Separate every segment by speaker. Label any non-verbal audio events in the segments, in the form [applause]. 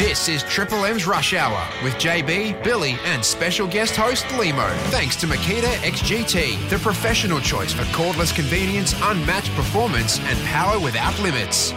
Speaker 1: This is Triple M's Rush Hour with JB, Billy, and special guest host Limo. Thanks to Makita XGT, the professional choice for cordless convenience, unmatched performance, and power without limits.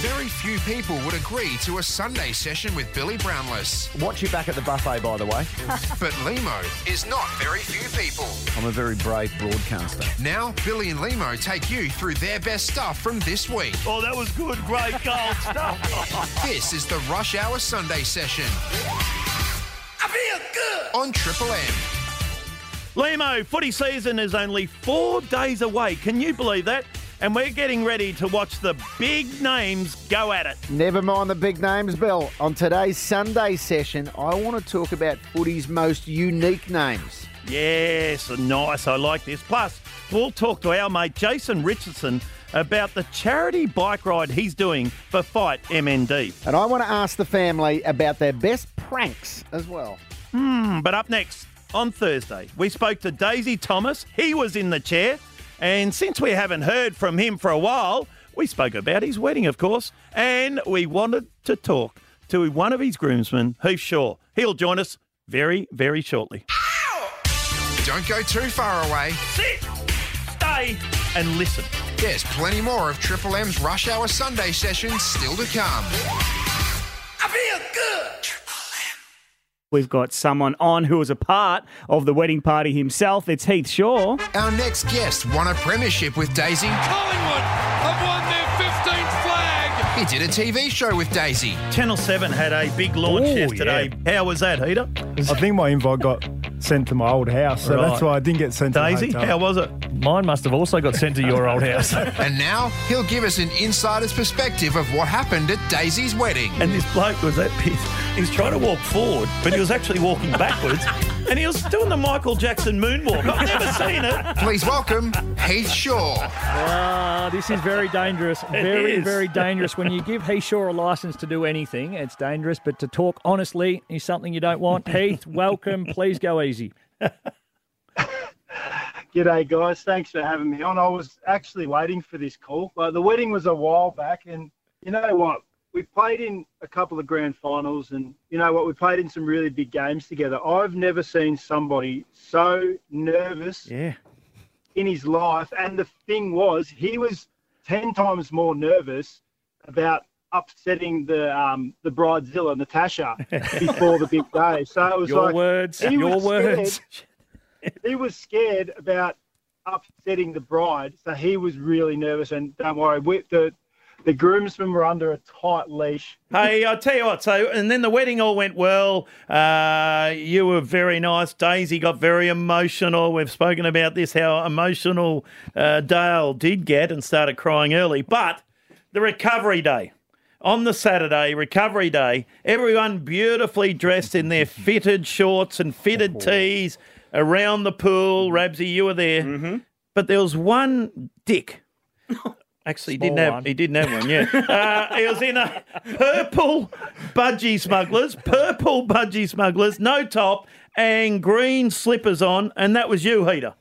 Speaker 1: Very few people would agree to a Sunday session with Billy Brownless,
Speaker 2: Watch you back at the buffet, by the way.
Speaker 1: [laughs] but Limo is not very few people.
Speaker 2: I'm a very brave broadcaster.
Speaker 1: Now, Billy and Limo take you through their best stuff from this week.
Speaker 3: Oh, that was good. Great goal stuff.
Speaker 1: [laughs] This is the Rush Hour Sunday session. I feel good! On Triple M.
Speaker 3: Limo, footy season is only four days away. Can you believe that? And we're getting ready to watch the big names go at it.
Speaker 2: Never mind the big names, Bill. On today's Sunday session, I want to talk about footy's most unique names.
Speaker 3: Yes, nice. I like this. Plus, we'll talk to our mate Jason Richardson about the charity bike ride he's doing for Fight MND.
Speaker 2: And I want to ask the family about their best pranks as well.
Speaker 3: Hmm, But up next, on Thursday, we spoke to Daisy Thomas. He was in the chair. And since we haven't heard from him for a while, we spoke about his wedding, of course. And we wanted to talk to one of his groomsmen, Heath Shaw. He'll join us very, very shortly.
Speaker 1: Don't go too far away.
Speaker 3: Sit, stay, and listen.
Speaker 1: There's plenty more of Triple M's Rush Hour Sunday session still to come.
Speaker 4: We've got someone on who was a part of the wedding party himself. It's Heath Shaw.
Speaker 1: Our next guest won a premiership with Daisy.
Speaker 5: Collingwood have won their 15th flag.
Speaker 1: He did a TV show with Daisy.
Speaker 3: Channel 7 had a big launch
Speaker 6: Ooh,
Speaker 3: yesterday. How was that, Heater?
Speaker 6: I think my invite got sent to my old house, so that's
Speaker 3: Right.
Speaker 6: why I didn't get sent
Speaker 3: Daisy,
Speaker 6: to the
Speaker 3: how
Speaker 6: hotel.
Speaker 3: was it?
Speaker 7: Mine must have also got sent to your old house.
Speaker 1: [laughs]
Speaker 7: [laughs]
Speaker 1: And now he'll give us an insider's perspective of what happened at Daisy's wedding.
Speaker 3: And this bloke was that pissed. He was trying to walk forward, but he was actually walking backwards. And he was doing the Michael Jackson moonwalk. I've never seen it.
Speaker 1: Please welcome Heath Shaw.
Speaker 7: Ah, this is very dangerous. Very,
Speaker 3: is.
Speaker 7: very dangerous. When [laughs] you give Heath Shaw a license to do anything, it's dangerous. But to talk honestly is something you don't want. Heath, welcome. Please go easy.
Speaker 8: G'day, guys. Thanks for having me on. I was actually waiting for this call. Like, the wedding was a while back, and you know what? We played in a couple of grand finals, and you know what? We played in some really big games together. I've never seen somebody so nervous
Speaker 7: Yeah.
Speaker 8: in his life. And the thing was, he was 10 times more nervous about upsetting the um, the
Speaker 6: [laughs]
Speaker 8: bridezilla, Natasha, before the big day. So it was
Speaker 7: Your
Speaker 8: like,
Speaker 7: words.
Speaker 8: he
Speaker 7: Your
Speaker 8: was
Speaker 7: words.
Speaker 8: he was scared about upsetting the bride, so he was really nervous. And don't worry, we, the the groomsmen were under a tight leash.
Speaker 3: Hey, I'll tell you what. So, and then the wedding all went well. Uh, you were very nice. Daisy got very emotional. We've spoken about this, how emotional uh, Dale did get and started crying early. But the recovery day. on the Saturday, recovery day, everyone beautifully dressed in their fitted shorts and fitted tees around the pool. Rabsy, you were there. But there was one dick. Actually, he didn't
Speaker 7: Small
Speaker 3: have
Speaker 7: one.
Speaker 3: he didn't have one.
Speaker 7: [laughs]
Speaker 3: Yeah, uh, he was in a purple budgie smugglers, purple budgie smugglers, no top and green slippers on, and that was you, Heater.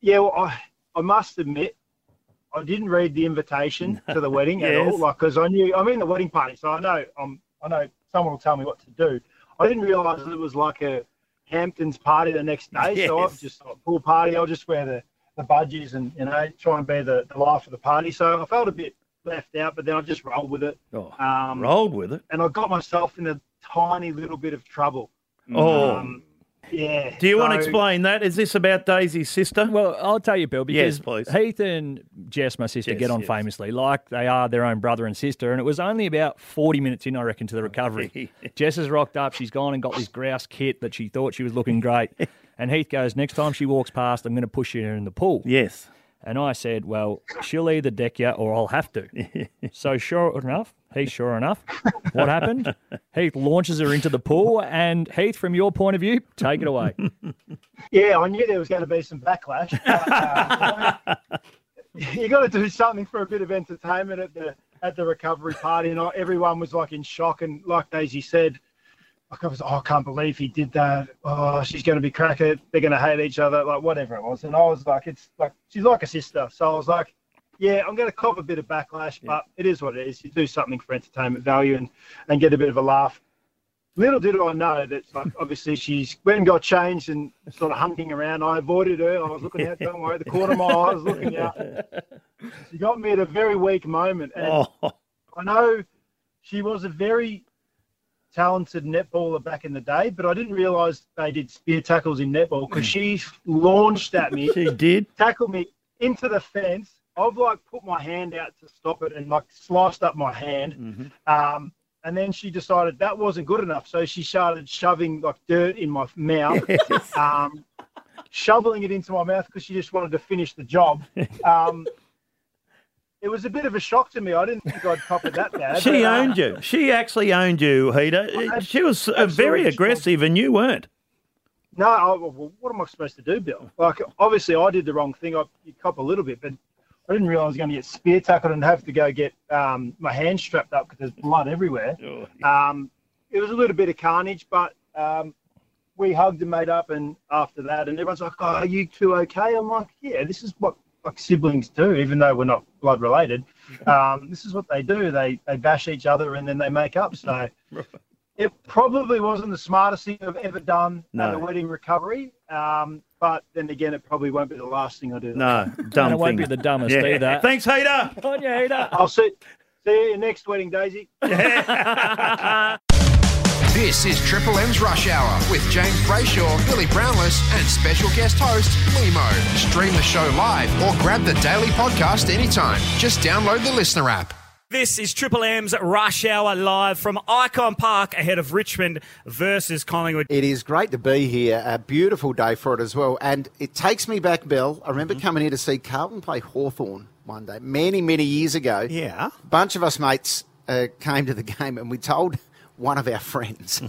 Speaker 8: Yeah, well, I I must admit, I didn't read the invitation to the wedding at all,
Speaker 3: Yes.
Speaker 8: like because I knew I'm in the wedding party, so I know I'm I know someone will tell me what to do. I didn't realise it was like a Hamptons party the next day, so
Speaker 3: Yes.
Speaker 8: I've just thought, pool party. I'll just wear the the budgies and you know try and be the, the life of the party. So I felt a bit left out, but then I just rolled with it.
Speaker 3: Oh,
Speaker 8: Um,
Speaker 3: rolled with it.
Speaker 8: and I got myself in a tiny little bit of trouble.
Speaker 3: Oh,
Speaker 8: Um, yeah.
Speaker 3: do you want to
Speaker 8: so-
Speaker 3: explain that? Is this about Daisy's sister?
Speaker 7: Well, I'll tell you, Bill,
Speaker 3: Yes,
Speaker 7: because
Speaker 3: please.
Speaker 7: Heath and Jess, my sister,
Speaker 3: Yes,
Speaker 7: get on
Speaker 3: yes.
Speaker 7: famously, like they are their own brother and sister. And it was only about 40 minutes in, I reckon, to
Speaker 3: [laughs]
Speaker 7: the recovery. Jess has rocked up. She's gone and got this grouse kit that she thought she
Speaker 3: [laughs]
Speaker 7: was looking great. And Heath goes, Next time she walks past, I'm going to push her in the pool.
Speaker 3: yes.
Speaker 7: And I said, Well, she'll either deck you or I'll
Speaker 3: [laughs]
Speaker 7: have to. so, sure enough, Heath, sure enough,
Speaker 3: [laughs]
Speaker 7: what happened? Heath launches her into the pool. And Heath, from your point of view, take it away.
Speaker 8: Yeah, I knew there was going to be some backlash. But, uh,
Speaker 3: [laughs]
Speaker 8: you got to do something for a bit of entertainment at the at the recovery party, and I, everyone was like in shock. And like Daisy said, like I was, oh, I can't believe he did that. Oh, she's going to be [laughs] cracker. They're going to hate each other, like whatever it was. And I was like, it's like she's like a sister, so I was like, yeah, I'm going to cop a bit of backlash, but it is what it is. You do something for entertainment value and, and get a bit of a laugh. Little did I know that, like, obviously, she's went and got changed and sort of hunting around. I avoided her. I was looking out, don't worry, the corner of my eye was looking out. She got me at a very weak moment. And
Speaker 3: Oh,
Speaker 8: I know she was a very talented netballer back in the day, but I didn't realise they did spear tackles in netball because she launched at me,
Speaker 3: she did.
Speaker 8: tackled me into the fence. I've like put my hand out to stop it and like sliced up my hand.
Speaker 3: Mm-hmm.
Speaker 8: Um, and then she decided that wasn't good enough, so she started shoving like dirt in my
Speaker 3: [laughs]
Speaker 8: mouth, um, shoveling it into my mouth because she just wanted to finish the
Speaker 3: [laughs]
Speaker 8: job. Um, it was a bit of a shock to me. I didn't think I'd cop it that bad.
Speaker 3: She
Speaker 8: but, uh,
Speaker 3: owned you. She actually owned you, Heda.
Speaker 8: Well,
Speaker 3: She was uh, very
Speaker 8: absolutely.
Speaker 3: aggressive, and you weren't.
Speaker 8: No, I, well, what am I supposed to do, Bill? Like, obviously, I did the wrong thing. I you cop a little bit, but I didn't realize I was going to get spear tackled and have to go get um, my hand strapped up because there's blood everywhere. Um, it was a little bit of carnage, but um, we hugged and made up. And after that, and everyone's like, "Oh, are you two okay?" I'm like, "Yeah, this is what like siblings do, even though we're not blood related. Um, this is what they do. They they bash each other and then they make up." So. It probably wasn't the smartest thing I've ever done
Speaker 3: No.
Speaker 8: at a wedding recovery, um, but then again, it probably won't be the last thing I do.
Speaker 3: No,
Speaker 7: [laughs]
Speaker 3: dumb
Speaker 7: and it won't be
Speaker 3: thing.
Speaker 7: the dumbest
Speaker 3: Yeah.
Speaker 7: either.
Speaker 3: Thanks, Heda.
Speaker 7: on you, Ada.
Speaker 8: I'll see, see you next wedding, Daisy.
Speaker 1: This is Triple M's Rush Hour with James Brayshaw, Billy Brownless, and special guest host Limo. Stream the show live or grab the daily podcast anytime. Just download the listener app.
Speaker 9: This is Triple M's Rush Hour live from Icon Park ahead of Richmond versus Collingwood.
Speaker 2: It is great to be here. A beautiful day for it as well. And it takes me back, Bill. I remember coming here to see Carlton play Hawthorn one day, many, many years ago.
Speaker 9: Yeah.
Speaker 2: bunch of us mates uh, came to the game and we told one of our [laughs] friends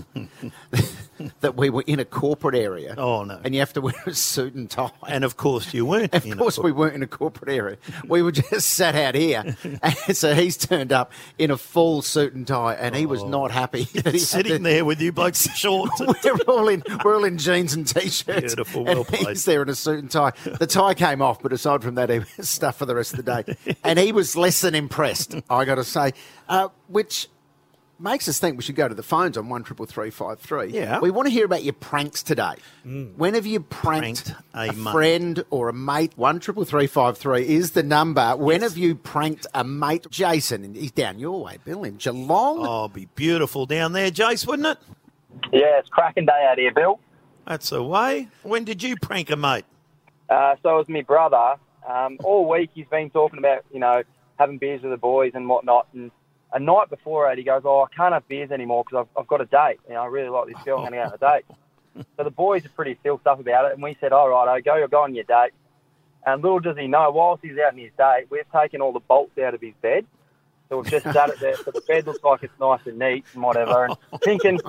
Speaker 2: that we were in a corporate area.
Speaker 10: Oh, no.
Speaker 2: And you have to wear a suit and tie.
Speaker 10: And of course, you weren't.
Speaker 2: Of
Speaker 10: in a
Speaker 2: course,
Speaker 10: cor-
Speaker 2: we weren't in a corporate area. We were just [laughs] sat out here. And [laughs] so he's turned up in a full suit and tie, and he was not
Speaker 10: [laughs]
Speaker 2: happy. That he
Speaker 10: Oh. sitting
Speaker 2: had to-
Speaker 10: there with you
Speaker 2: [laughs]
Speaker 10: blokes in shorts.
Speaker 2: We're all in we're all in jeans and t-shirts.
Speaker 10: Beautiful,
Speaker 2: and
Speaker 10: well played.
Speaker 2: He's there in a suit and tie. The tie came off, but aside from that, he was [laughs] stuffed for the rest of the day. And he was less than impressed, I got to say, uh, which makes us think we should go to the phones on one triple three five three.
Speaker 10: Yeah.
Speaker 2: we want to hear about your pranks today.
Speaker 11: Mm.
Speaker 2: When have you pranked,
Speaker 10: Pranked a mate.
Speaker 2: friend or a mate? One triple three five three is the number. When have you pranked a mate? Jason, and he's down your way, Bill, in Geelong.
Speaker 10: oh, it'd be beautiful down there, Jace, wouldn't it?
Speaker 12: Yeah, it's cracking day out here, Bill.
Speaker 10: That's the way. When did you prank a mate?
Speaker 12: Uh, so is my brother. Um, all week he's been talking about, you know, having beers with the boys and whatnot. And a night before it, he goes, "Oh, I can't have beers anymore because I've, I've got a date. You know, I really like this girl. I'm going to go on a date." So the boys are pretty filled up about it, and we said, "All right, oh, go, you'll go on your date." And little does he know, whilst he's out on his date, we've taken all the bolts out of his bed. So we've just sat it there. So the bed looks like it's nice and neat and whatever. And thinking,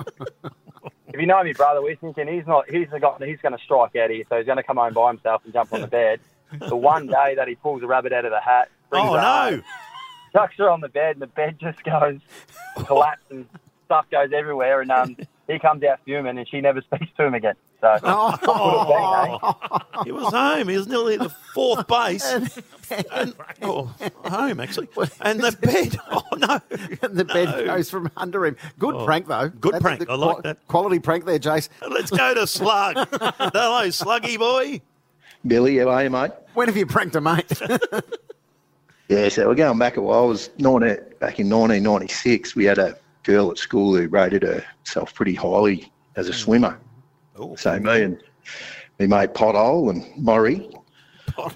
Speaker 12: if you know me, brother, we're thinking he's not. He's the guy. He's going to strike out here. So he's going to come home by himself and jump on the bed. The one day that he pulls a rabbit out of the hat, brings
Speaker 10: Oh,
Speaker 12: her
Speaker 10: no.
Speaker 12: home, chucks her on the bed, and the bed just goes collapse and stuff goes everywhere. And um, he comes out fuming, and she never speaks to him again. So. eh?
Speaker 10: Oh, he was
Speaker 2: [laughs]
Speaker 10: home. He was nearly at the fourth base. And, [laughs] oh,
Speaker 2: [laughs]
Speaker 10: home, actually. And the bed. [laughs] Oh, no.
Speaker 2: and the bed
Speaker 10: No. Oh.
Speaker 2: goes from under him. Good prank though.
Speaker 10: Good prank. I like that.
Speaker 2: Quality prank there, Jace.
Speaker 10: Let's go to
Speaker 2: [laughs]
Speaker 10: Slug. Hello, Sluggy boy.
Speaker 12: Billy, how are you, mate?
Speaker 2: When have you pranked a
Speaker 10: [laughs]
Speaker 2: mate?
Speaker 12: Yeah, so we're going back a while. I was 19, back in 1996. We had a girl at school who rated herself pretty highly as a swimmer.
Speaker 10: Oh.
Speaker 12: So me and me mate Pothole and Murray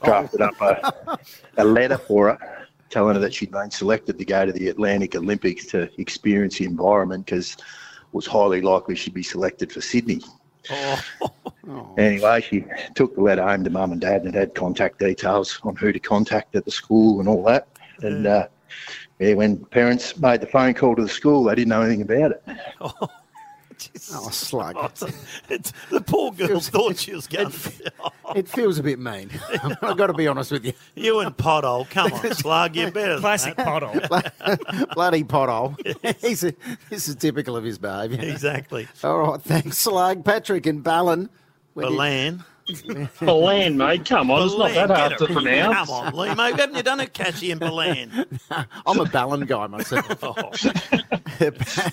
Speaker 12: drafted up a, a letter for her, telling her that she'd been selected to go to the Atlantic Olympics to experience the environment because it was highly likely she'd be selected for Sydney. Anyway, she took the letter home to mum and dad and had contact details on who to contact at the school and all that. And
Speaker 2: Mm.
Speaker 12: uh, yeah, when parents made the phone call to the school, they didn't know anything about it.
Speaker 2: oh, slug.
Speaker 10: It's, the poor girl thought she was going.
Speaker 2: [laughs] It feels a bit mean. I've got to be honest with you.
Speaker 10: You and Pothole, come
Speaker 2: [laughs]
Speaker 10: on, Slug, you're better. than
Speaker 9: Classic
Speaker 13: [laughs]
Speaker 9: puddle.
Speaker 10: [laughs]
Speaker 2: Bloody pothole. [laughs] He's a, this is typical of his behaviour.
Speaker 10: that. Exactly.
Speaker 2: All right, thanks, slug. Patrick and Ballin. When did- [laughs]
Speaker 10: Balan.
Speaker 13: Bland, mate. Come on, it's not that
Speaker 10: get
Speaker 13: hard
Speaker 10: it.
Speaker 13: to pronounce.
Speaker 10: Come on, Lee, mate. Haven't you done it, Cassie and
Speaker 2: [laughs]
Speaker 10: Berlin?
Speaker 2: I'm a Ballon guy
Speaker 10: [laughs]
Speaker 2: myself.
Speaker 10: Oh.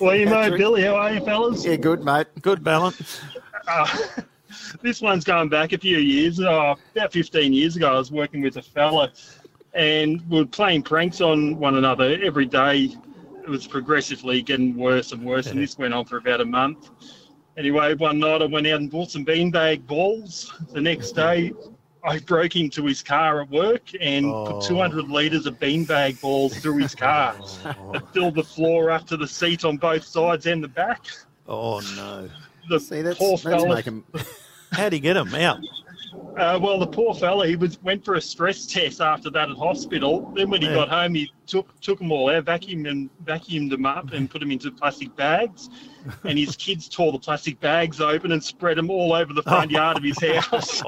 Speaker 13: well, you know, Billy, how are you, fellas?
Speaker 2: Yeah, good, mate.
Speaker 10: Good, balance.
Speaker 13: Uh, [laughs] this one's going back a few years. Oh, about 15 years ago, I was working with a fella and we were playing pranks on one another every day. It was progressively getting worse and worse, and this went on for about a month. Anyway, one night I went out and bought some beanbag balls. The next day, I broke into his car at work and put 200 litres of beanbag balls through his car. It filled the floor up to the seat on both sides and the back.
Speaker 10: Oh no!
Speaker 13: The poor fella.
Speaker 10: [laughs] How'd he get him out?
Speaker 13: Uh, well, the poor fella, he was went for a stress test after that at hospital. Then when he
Speaker 10: Yeah.
Speaker 13: got home, he took took them all out, vacuumed and vacuumed them up, and put them into plastic bags. And
Speaker 10: [laughs]
Speaker 13: his kids tore the plastic bags open and spread them all over the front yard of his
Speaker 10: Oh. [laughs]
Speaker 13: house.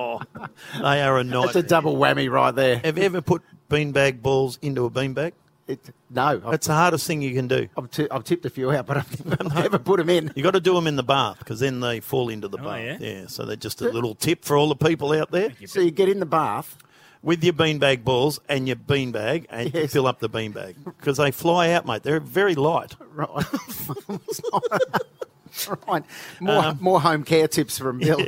Speaker 10: They are a nightmare.
Speaker 2: That's a double whammy right there.
Speaker 10: Have you ever put beanbag balls into a beanbag?
Speaker 2: It, no,
Speaker 10: it's the hardest thing you can do.
Speaker 2: I've, t- I've tipped a few out, but I've [laughs] never, put them in.
Speaker 10: You got to do them in the bath because then they fall into the bath. Yeah? so they're just a little tip for all the people out there.
Speaker 2: So you get in the bath
Speaker 10: with your beanbag balls and your beanbag, and you fill up the beanbag because they fly out, mate. They're very light.
Speaker 2: Right. Right. More, more home care tips from
Speaker 10: [laughs]
Speaker 2: Bill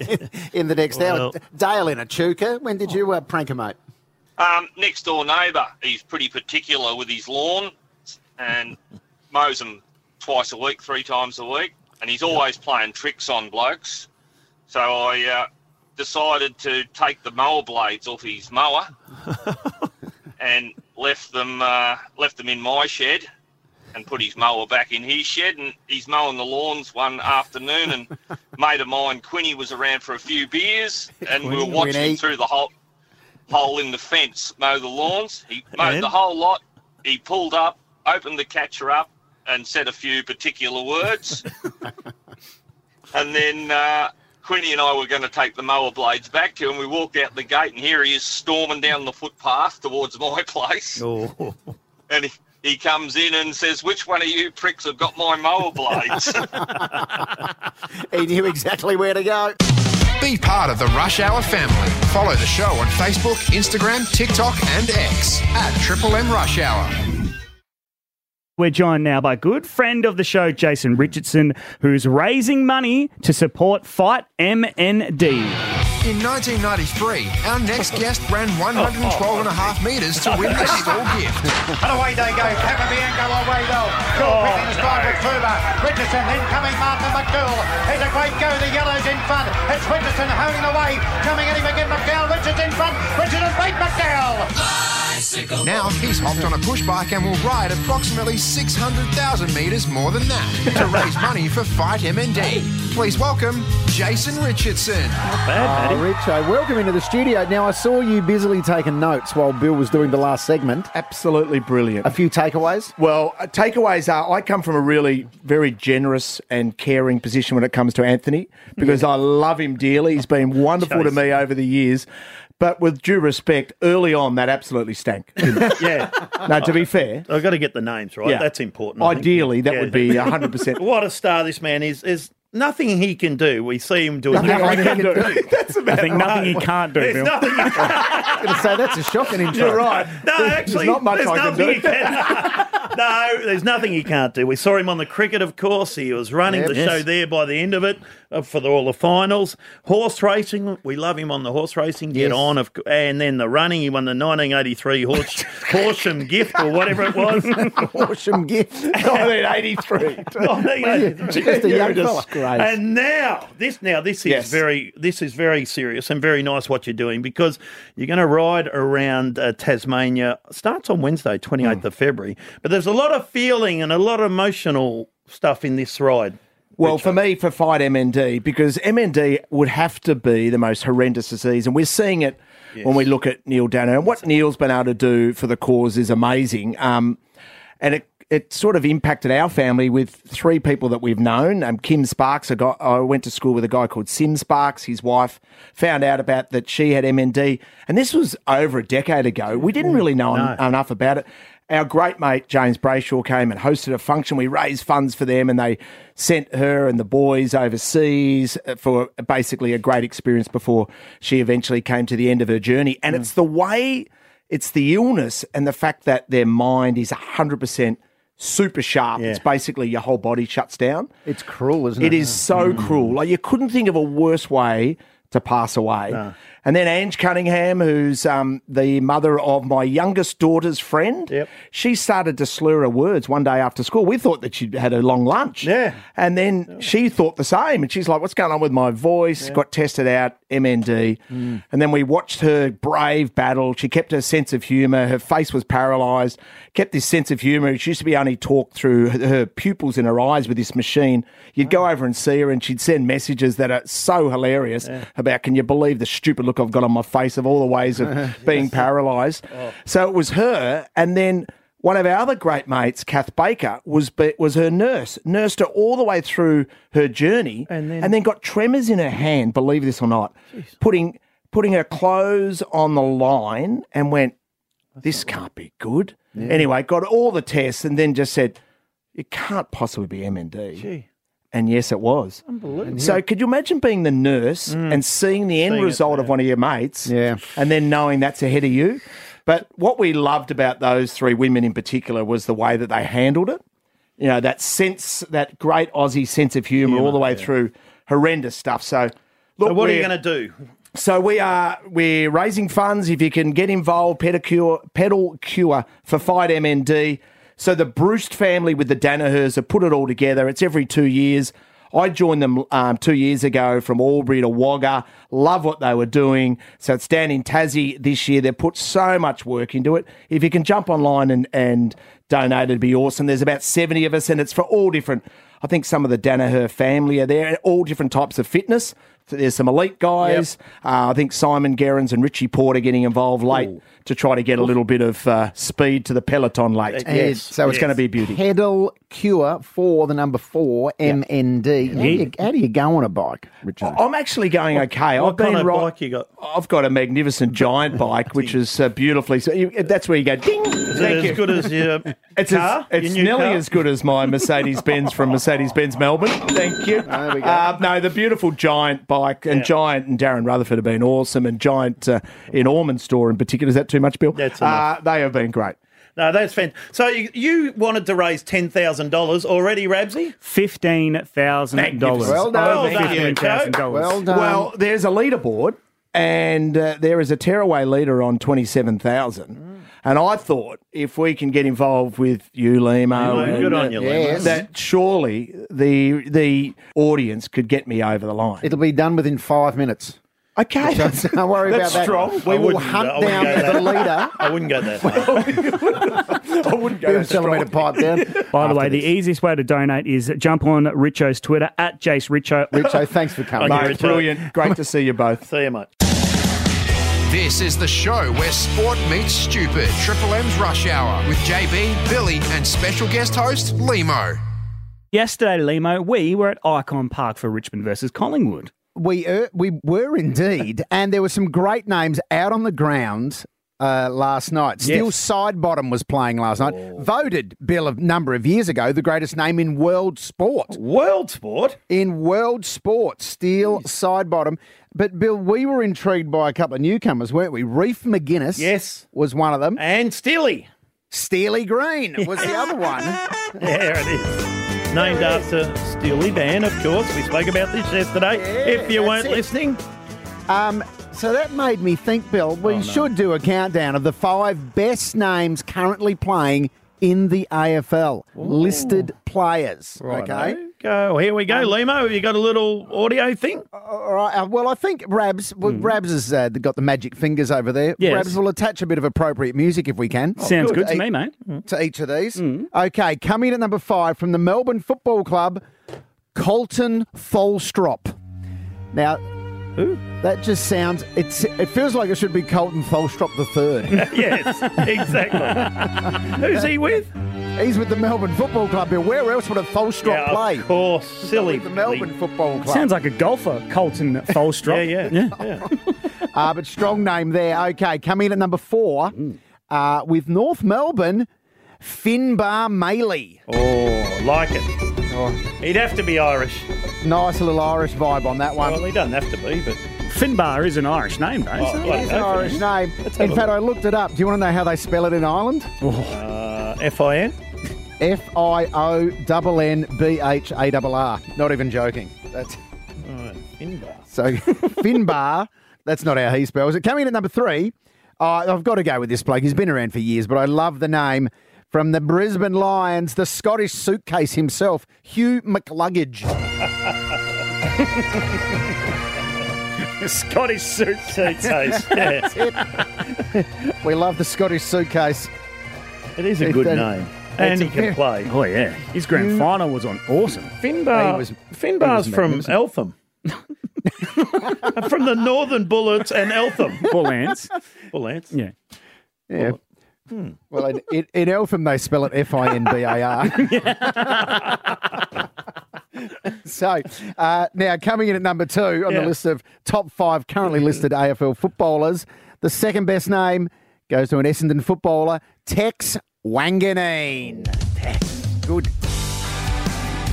Speaker 2: in, the next
Speaker 10: Um, Well-
Speaker 2: hour. Dale in a chuka. When did you uh, prank a mate?
Speaker 14: Um, next door neighbour, he's pretty particular with his lawn and mows them twice a week, three times a week, and he's always playing tricks on blokes. So I uh, decided to take the mower blades off his mower and left them uh, left them in my shed and put his mower back in his shed and he's mowing the lawns one afternoon and mate of mine Quinny was around for a few beers and we were
Speaker 2: Quinny.
Speaker 14: watching
Speaker 2: Quinny.
Speaker 14: through the hole hole in the fence mow the lawns he mowed
Speaker 2: And?
Speaker 14: the whole lot he pulled up opened the catcher up and said a few particular words and then uh, Quinny and I were going to take the mower blades back to him. We walked out the gate, and here he is storming down the footpath towards my [laughs] place.
Speaker 10: Oh.
Speaker 14: And he, he comes in and says, Which one of you pricks have got my mower blades?
Speaker 2: He knew exactly where to go.
Speaker 1: Be part of the Rush Hour family. Follow the show on Facebook, Instagram, TikTok, and X at Triple M Rush Hour.
Speaker 4: We're joined now by good friend of the show, Jason Richardson, who's raising money to support Fight MND.
Speaker 1: In 1993, our next guest ran 112 and a half metres to
Speaker 5: [laughs]
Speaker 1: win
Speaker 15: [laughs]
Speaker 1: this stall gift.
Speaker 15: And away they go. Capabianco away though. Cool Britain's drive with Fuba. Richardson incoming Martin McDougall. Here's a great go. The yellows in front. It's Richardson honing away. Coming in again McDowell. Richards in front. Richardson beat McDowell.
Speaker 1: Now he's hopped on a push bike and will ride approximately 600,000 metres more than that to raise money for Fight MND. Please welcome Jason Richardson.
Speaker 2: Oh, Richo, welcome into the studio. Now, I saw you busily taking notes while Bill was doing the last segment.
Speaker 16: Absolutely brilliant.
Speaker 2: A few takeaways?
Speaker 16: Well, uh, takeaways are I come from a really very generous and caring position when it comes to Anthony because I love him dearly. He's been wonderful to me over the years. But with due respect, early on, that absolutely stank.
Speaker 3: yeah.
Speaker 16: now, to be fair, [laughs]
Speaker 3: I've got to get the names right.
Speaker 16: Yeah.
Speaker 3: That's important. I think.
Speaker 16: ideally, that would be
Speaker 3: [laughs]
Speaker 16: 100%.
Speaker 3: what a star this man is. There's nothing he can do. We see him doing
Speaker 16: Nothing I can do. [laughs]
Speaker 3: That's
Speaker 16: about Nothing- nothing he can't do,
Speaker 3: There's
Speaker 16: Bill.
Speaker 3: nothing he
Speaker 16: [laughs]
Speaker 2: I'm going to say that's a shocking intro.
Speaker 3: You're right. No,
Speaker 16: There's
Speaker 3: actually,
Speaker 16: not much
Speaker 3: there's
Speaker 16: I can
Speaker 3: nothing
Speaker 16: do.
Speaker 3: He
Speaker 16: [laughs]
Speaker 3: can, [laughs] no, there's nothing he can't do. We saw him on the cricket, of course. He was running
Speaker 16: Yep.
Speaker 3: the
Speaker 16: Yes.
Speaker 3: show there by the end of it uh, for the, all the finals. Horse racing, we love him on the horse racing. Get
Speaker 16: Yes.
Speaker 3: on, of, c- and then the running. He won the 1983
Speaker 16: [laughs]
Speaker 3: horse, Horsham Gift or whatever
Speaker 2: [laughs]
Speaker 3: it was.
Speaker 2: Horsham
Speaker 16: [laughs]
Speaker 2: Gift,
Speaker 16: 1983.
Speaker 3: Oh,
Speaker 2: Just a young
Speaker 13: Oh,
Speaker 2: fella.
Speaker 3: And now this now this is
Speaker 2: Yes.
Speaker 3: very this is very serious and very nice what you're doing because you're going to ride around uh, Tasmania. Starts on Wednesday,
Speaker 2: Hmm.
Speaker 3: 28th of February. But there's a lot of feeling and a lot of emotional stuff in this ride.
Speaker 16: Well, for me, for fight MND, because MND would have to be the most horrendous disease, and we're seeing it when we look at Neil Danner. And what Neil's been able to do for the cause is amazing. Um, and it it sort of impacted our family with three people that we've known. Um, Kim Sparks, a guy, I went to school with a guy called Sim Sparks, his wife, found out about that she had MND. And this was over a decade ago. We didn't really know en- enough about it. our great mate James Brayshaw came and hosted a function. We raised funds for them, and they sent her and the boys overseas uh, for basically a great experience before she eventually came to the end of her journey. And it's the way, it's the illness, and the fact that their mind is hundred percent super sharp. It's basically your whole body shuts down.
Speaker 2: It's cruel, isn't
Speaker 16: It
Speaker 2: it?
Speaker 16: is so cruel. Like you couldn't think of a worse way to pass away. And then Ange Cunningham, who's um, the mother of my youngest daughter's friend, she started to slur her words one day after school. We thought that she'd had a long lunch. Yeah. And then she thought the same. And she's like, What's going on with my voice? Got tested out, MND.
Speaker 17: Mm.
Speaker 16: And then we watched her brave battle. She kept her sense of humour. Her face was paralysed, kept this sense of humour. She used to be only talked through her- her pupils in her eyes with this machine. You'd go over and see her, and she'd send messages that are so hilarious
Speaker 17: Yeah.
Speaker 16: about, Can you believe the stupid look I've got on my face of all the ways of
Speaker 17: [laughs]
Speaker 16: being paralysed?
Speaker 17: Oh.
Speaker 16: So it was her. And then one of our other great mates, Kath Baker, was be- was her nurse, nursed her all the way through her journey, and then, got tremors in her hand. Believe this or not, putting putting her clothes on the line, and went, "This can't be good."
Speaker 17: Yeah.
Speaker 16: Anyway, got all the tests, and then just said, "It can't possibly be MND."
Speaker 3: Gee.
Speaker 16: And yes, it was.
Speaker 3: Unbelievable.
Speaker 16: So, could you imagine being the nurse and seeing the end
Speaker 3: Mm. Seeing it,
Speaker 16: result of one of your mates, yeah. and then knowing that's ahead of you? But what we loved about those three women in particular was the way that they handled it. You know, that sense, that great Aussie sense of humour, all the way through horrendous stuff. So, look,
Speaker 3: so what are you
Speaker 16: we're-
Speaker 3: going to do?
Speaker 16: so we are we're raising funds. If you can get involved, pedicure, pedal cure for fight MND. So the Bruce family with the Danahers have put it all together. It's every two years. I joined them um, two years ago from Albury to Wagga. Love what they were doing. So it's down in Tassie this year. They've put so much work into it. If you can jump online and, and donate, it'd be awesome. There's about 70 of us, and it's for all different. I think some of the Danaher family are there, all different types of fitness. So there's some elite guys. Uh, I think Simon Gerrans and Richie Porter getting involved late to try to get a little bit of uh, speed to the peloton late.
Speaker 3: Uh,
Speaker 2: And
Speaker 16: So it's going to be beauty. [laughs]
Speaker 2: Pedal cure for the number four
Speaker 16: Yeah.
Speaker 2: MND. How, do you, how do you go on a bike, Richard?
Speaker 16: I'm actually going okay.
Speaker 2: what
Speaker 16: I've been
Speaker 2: kind of
Speaker 16: ri-
Speaker 2: bike you got?
Speaker 16: I've got a magnificent
Speaker 3: [laughs]
Speaker 16: giant bike, which is uh, beautifully. So you, that's where you go. Ding.
Speaker 3: Is
Speaker 16: Thank
Speaker 3: it
Speaker 16: you.
Speaker 3: as good as your
Speaker 16: [laughs] It's,
Speaker 3: car?
Speaker 16: as, it's
Speaker 3: Your new
Speaker 16: nearly
Speaker 3: car?
Speaker 16: as good as my Mercedes Benz from Mercedes Benz Melbourne. Thank [laughs] you. Uh, no, the beautiful Giant bike and Giant and Darren Rutherford have been awesome, and Giant uh, in Ormond store in particular. Is that too much, Bill? That's uh, They have been great.
Speaker 3: No, that's fantastic. So you, you wanted to raise ten thousand dollars already, Rabsy?
Speaker 4: Fifteen thousand dollars.
Speaker 3: Well done. Well done, you
Speaker 4: $15,000.
Speaker 16: Well, there's a leaderboard, and uh, there is a tearaway leader on twenty-seven thousand.
Speaker 2: Mm.
Speaker 16: And I thought if we can get involved with you, Limo,
Speaker 3: Limo,
Speaker 16: and,
Speaker 3: good on you, Limo.
Speaker 16: Yes. that surely the the audience could get me over the line.
Speaker 2: It'll be done within five minutes.
Speaker 16: Okay,
Speaker 2: Richard, [laughs] don't worry
Speaker 16: That's
Speaker 2: about that.
Speaker 16: strong.
Speaker 2: We
Speaker 16: I
Speaker 2: will
Speaker 16: wouldn't-
Speaker 2: hunt
Speaker 16: I wouldn't
Speaker 2: down the
Speaker 16: go that far.
Speaker 2: leader.
Speaker 3: [laughs] I wouldn't go that far.
Speaker 16: I wouldn't
Speaker 2: Bill telling me to pipe down.
Speaker 3: [laughs]
Speaker 4: By the way, the easiest way to donate is jump on Richo's Twitter at Jace Richo.
Speaker 2: Richo, thanks for coming.
Speaker 1: Mate,
Speaker 16: brilliant. Great to see you both.
Speaker 3: See you, mate.
Speaker 1: This is the show where sport meets stupid. Triple M's Rush Hour with JB, Billy, and special guest host Limo.
Speaker 4: Yesterday, Limo, we were at Icon Park for Richmond versus Collingwood.
Speaker 2: We er, we were
Speaker 3: [laughs]
Speaker 2: indeed, and there were some great names out on the ground uh, last night. Still,
Speaker 18: Yes.
Speaker 2: side bottom was playing last night.
Speaker 3: Oh.
Speaker 2: Voted Bill a number of years ago the greatest name in world sport.
Speaker 3: World sport
Speaker 2: in world sport. Steel side bottom. But Bill, we were intrigued by a couple of newcomers, weren't we? Reef McGuinness, yes, was one of them,
Speaker 3: and Steely.
Speaker 2: Steely Green was
Speaker 3: [laughs]
Speaker 2: the other one.
Speaker 3: There it is. Named after Steely Dan, of course. We spoke about this yesterday. if you
Speaker 2: that's
Speaker 3: weren't
Speaker 2: it.
Speaker 3: listening, Oh,
Speaker 2: Um, so that made me think, Bill, we should do a countdown of the five best names currently playing in the AFL, listed players.
Speaker 3: Righto.
Speaker 2: Okay. Um,
Speaker 3: Go. Here we go. Limo, have you got a little audio thing?
Speaker 2: All right. uh, Well, I think Rabs, well, Rabs has uh, got the magic fingers over there.
Speaker 4: Hmm. Yes.
Speaker 2: Rabs will attach a bit of appropriate music if we can.
Speaker 4: Sounds good, to
Speaker 2: E-
Speaker 4: me, mate. Hmm.
Speaker 2: To each of these. Okay, coming in at number five from the Melbourne Football Club, Colton Folstrop. Now, that just sounds, it's, it feels like it should be Colton Folstrop
Speaker 4: [laughs]
Speaker 2: the third.
Speaker 3: yes, exactly. Who's he with?
Speaker 2: He's with the Melbourne Football Club. Bill. Where else would a Folstrop
Speaker 4: Yeah, of
Speaker 2: play?
Speaker 4: course,
Speaker 3: course, silly.
Speaker 2: The Melbourne Football
Speaker 4: [laughs]
Speaker 2: Club.
Speaker 4: Sounds like a golfer, Colton Folstrop.
Speaker 3: yeah,
Speaker 4: yeah,
Speaker 3: [laughs]
Speaker 2: Uh,
Speaker 3: Mm.
Speaker 2: but strong name there. Okay, coming in at number four uh, with North Melbourne, Finbar Maley.
Speaker 3: Oh, like it. Oh. He'd have to be Irish.
Speaker 2: Nice little Irish vibe on that one.
Speaker 3: Well, he doesn't have to be, but
Speaker 4: Finbar is an Irish name, though.
Speaker 3: Oh,
Speaker 4: isn't
Speaker 3: well,
Speaker 2: it is an Irish name.
Speaker 4: have
Speaker 2: In
Speaker 4: a
Speaker 2: fact, I looked it up. Do you want to know how they spell it in Ireland?
Speaker 3: uh, F I N.
Speaker 2: F I O double N B H A double R. Not even joking. That's
Speaker 3: Finbar.
Speaker 2: so [laughs] Finbar. That's not how he spells it. Coming in at number three, uh, I've got to go with this bloke. He's been around for years, but I love the name from the Brisbane Lions, the Scottish suitcase himself, Hugh
Speaker 3: [laughs]
Speaker 2: McLuggage.
Speaker 4: [laughs]
Speaker 3: Scottish suit [laughs]
Speaker 2: [laughs]
Speaker 3: suitcase.
Speaker 2: That's it. we love the Scottish suitcase.
Speaker 3: It is a good name. And he can play.
Speaker 4: Oh yeah, his grand
Speaker 2: You-
Speaker 4: final was on awesome.
Speaker 3: Finbar,
Speaker 4: He was-
Speaker 3: Finbar's
Speaker 4: he was
Speaker 3: from
Speaker 4: magnificent.
Speaker 3: Eltham. from the Northern Bullets and
Speaker 2: [laughs]
Speaker 3: Eltham.
Speaker 4: Bull ants.
Speaker 3: Bull ants.
Speaker 4: Yeah.
Speaker 2: Yeah. Well, in, in, in Eltham, they spell it F I N B A R. [laughs] So uh, now coming in at number two on
Speaker 15: Yeah.
Speaker 2: the list of top five currently listed AFL footballers, the second best name goes to an Essendon footballer, Tex Wanganeen. Tex, good,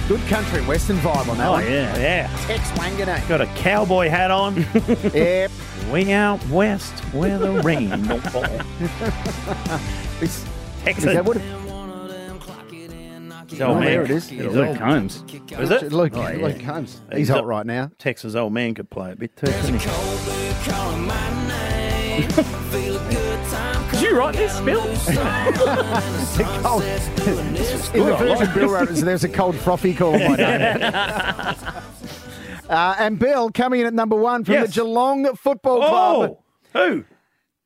Speaker 2: good country western vibe [laughs] on that
Speaker 3: Oh,
Speaker 2: one.
Speaker 3: yeah. Yeah.
Speaker 2: Tex Wanganeen.
Speaker 3: Got a cowboy hat on.
Speaker 2: [laughs] yep.
Speaker 3: We out west where
Speaker 2: [laughs]
Speaker 3: the rain don't fall.
Speaker 2: It's
Speaker 3: Texan.
Speaker 2: Is that what it-
Speaker 3: It's old
Speaker 2: Oh,
Speaker 3: man.
Speaker 2: there it is.
Speaker 3: He's
Speaker 2: Luke
Speaker 3: old.
Speaker 4: Combs.
Speaker 3: Is it? Oh,
Speaker 2: Luke- Luke Combs. He's hot right now.
Speaker 3: Texas old man could play a bit too. couldn't he?
Speaker 4: Did you write this,
Speaker 15: [laughs]
Speaker 2: [laughs]
Speaker 4: Bill?
Speaker 2: The cold- in
Speaker 4: good,
Speaker 2: the
Speaker 4: I like
Speaker 2: version Bill
Speaker 5: [laughs]
Speaker 2: wrote,
Speaker 4: this.
Speaker 2: it, there's a cold frothy call.
Speaker 15: [laughs]
Speaker 2: on My name. Uh, and Bill coming in at number one from the Geelong Football
Speaker 3: Oh!
Speaker 2: Club.
Speaker 3: Who?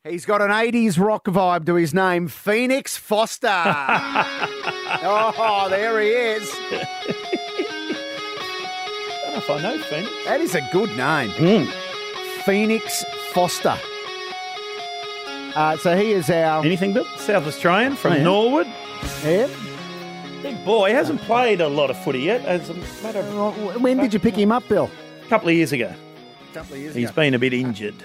Speaker 3: [laughs]
Speaker 2: He's got an 80s rock vibe to his name, Phoenix
Speaker 3: [laughs]
Speaker 2: Foster. oh, there he is.
Speaker 3: I don't know if I know Phoenix.
Speaker 2: That is a good name.
Speaker 3: Hmm.
Speaker 2: Phoenix Foster. Uh, so he is our.
Speaker 3: Anything, Bill? South Australian from
Speaker 2: Oh, yeah.
Speaker 3: Norwood.
Speaker 2: Yeah.
Speaker 3: Big boy. Hasn't played a lot of footy yet. As a matter of,
Speaker 2: when did you pick him up, Bill?
Speaker 3: A couple of years ago.
Speaker 2: couple of years
Speaker 3: He's been a bit injured.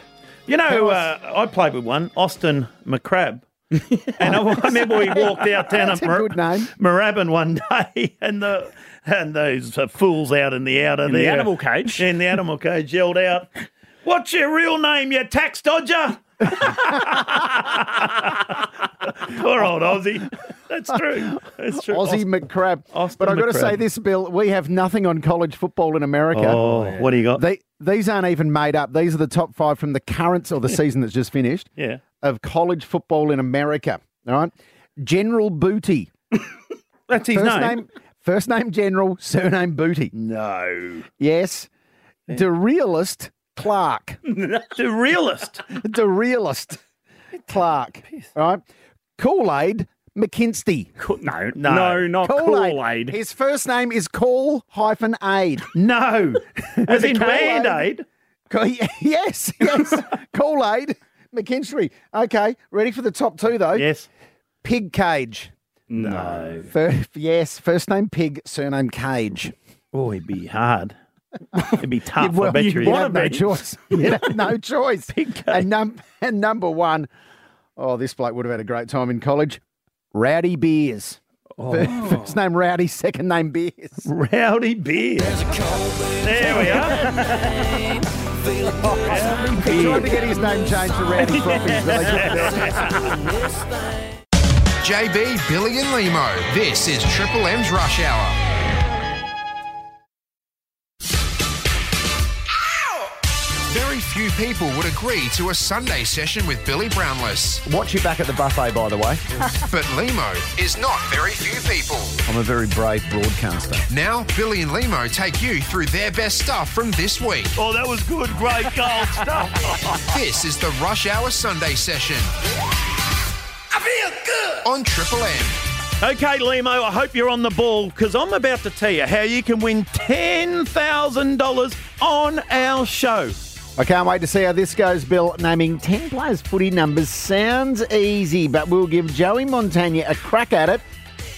Speaker 3: You know, uh, I played with one, Austin McCrab. and I, I remember we walked out down
Speaker 2: That's
Speaker 3: at
Speaker 2: a
Speaker 3: Mar-
Speaker 2: good name.
Speaker 3: Moorabbin one day, [laughs] and the and those uh, fools out in the outer
Speaker 4: In the
Speaker 3: there,
Speaker 4: animal cage.
Speaker 3: in the animal cage, yelled out, "What's your real name, you tax dodger?" [laughs] Poor old Aussie. That's true. That's true.
Speaker 2: Aussie McCrab. but I've got to
Speaker 3: McCrab.
Speaker 2: say this, Bill. We have nothing on college football in America.
Speaker 3: Oh, yeah. what do you got?
Speaker 2: They, these aren't even made up. These are the top five from the current or the season that's just finished
Speaker 3: Yeah.
Speaker 2: of college football in America. All right. General Booty.
Speaker 3: [laughs] That's his
Speaker 2: first
Speaker 3: name.
Speaker 2: First name General, surname Booty.
Speaker 3: No.
Speaker 2: Yes. The realist
Speaker 3: [laughs]
Speaker 2: Clark.
Speaker 3: the
Speaker 2: [laughs]
Speaker 3: realist.
Speaker 2: the realist Clark. All right. Kool Aid McKinsey.
Speaker 4: No,
Speaker 3: No.
Speaker 4: no, not Kool Aid.
Speaker 2: Kool-Aid. His first name is Call hyphen Aid. [laughs]
Speaker 3: No. As in
Speaker 2: Kool-Aid.
Speaker 3: Band Aid.
Speaker 2: yes,
Speaker 3: [laughs]
Speaker 2: yes. Kool Aid McKinstry. Okay, ready for the top two though.
Speaker 3: Yes.
Speaker 2: Pig Cage.
Speaker 3: No.
Speaker 2: Fir- yes, first name Pig, surname Cage.
Speaker 3: Oh, it'd be hard. It'd be tough. I
Speaker 2: Well,
Speaker 3: bet you.
Speaker 2: you'd have no choice. [laughs] You'd have
Speaker 3: [laughs]
Speaker 2: no choice. And, num- and number one, oh, this bloke would have had a great time in college. Rowdy Beers.
Speaker 3: Oh.
Speaker 2: First name Rowdy, second name Beers.
Speaker 3: [laughs] Rowdy Beer. There we are.
Speaker 2: He tried to get his name changed to Rowdy Frothies, but they couldn't do it.
Speaker 1: JB, Billy, and Limo. This is Triple M's Rush Hour. Very few people would agree to a Sunday session with Billy Brownless,
Speaker 17: Watch you back at the buffet, by the way.
Speaker 1: [laughs] but Limo [laughs] is not very few people.
Speaker 17: [laughs] I'm a very brave broadcaster.
Speaker 1: Now, Billy and Limo take you through their best stuff from this week.
Speaker 5: Oh, that was good. Great gold stuff.
Speaker 1: [laughs] This is the Rush Hour Sunday session. I feel good! On Triple M.
Speaker 3: Okay, Limo, I hope you're on the ball because I'm about to tell you how you can win $10,000 on our show.
Speaker 2: I can't wait to see how this goes, Bill. Naming 10 players' footy numbers sounds easy, but we'll give Joey Montagna a crack at it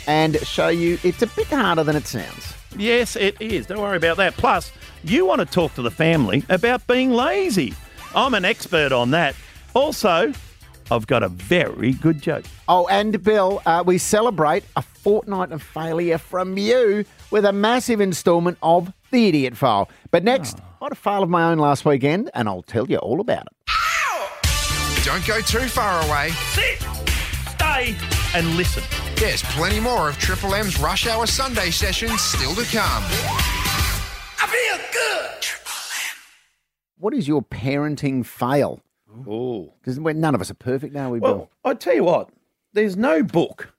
Speaker 2: and show you it's a bit harder than it sounds.
Speaker 3: Yes, it is. Don't worry about that. Plus, you want to talk to the family about being lazy. I'm an expert on that. Also, I've got a very good joke.
Speaker 2: Oh, and Bill, uh, we celebrate a fortnight of failure from you with a massive instalment of The Idiot File. But next,
Speaker 4: Ah.
Speaker 2: I had a fail of my own last weekend, and I'll tell you all about it.
Speaker 1: Don't go too far away. Sit, stay, and listen. There's plenty more of Triple M's Rush Hour Sunday sessions still to come. I feel good.
Speaker 2: What is your parenting fail?
Speaker 3: Oh.
Speaker 2: Because none of us are perfect, are we, Bill?
Speaker 3: Well, I tell you what, there's no book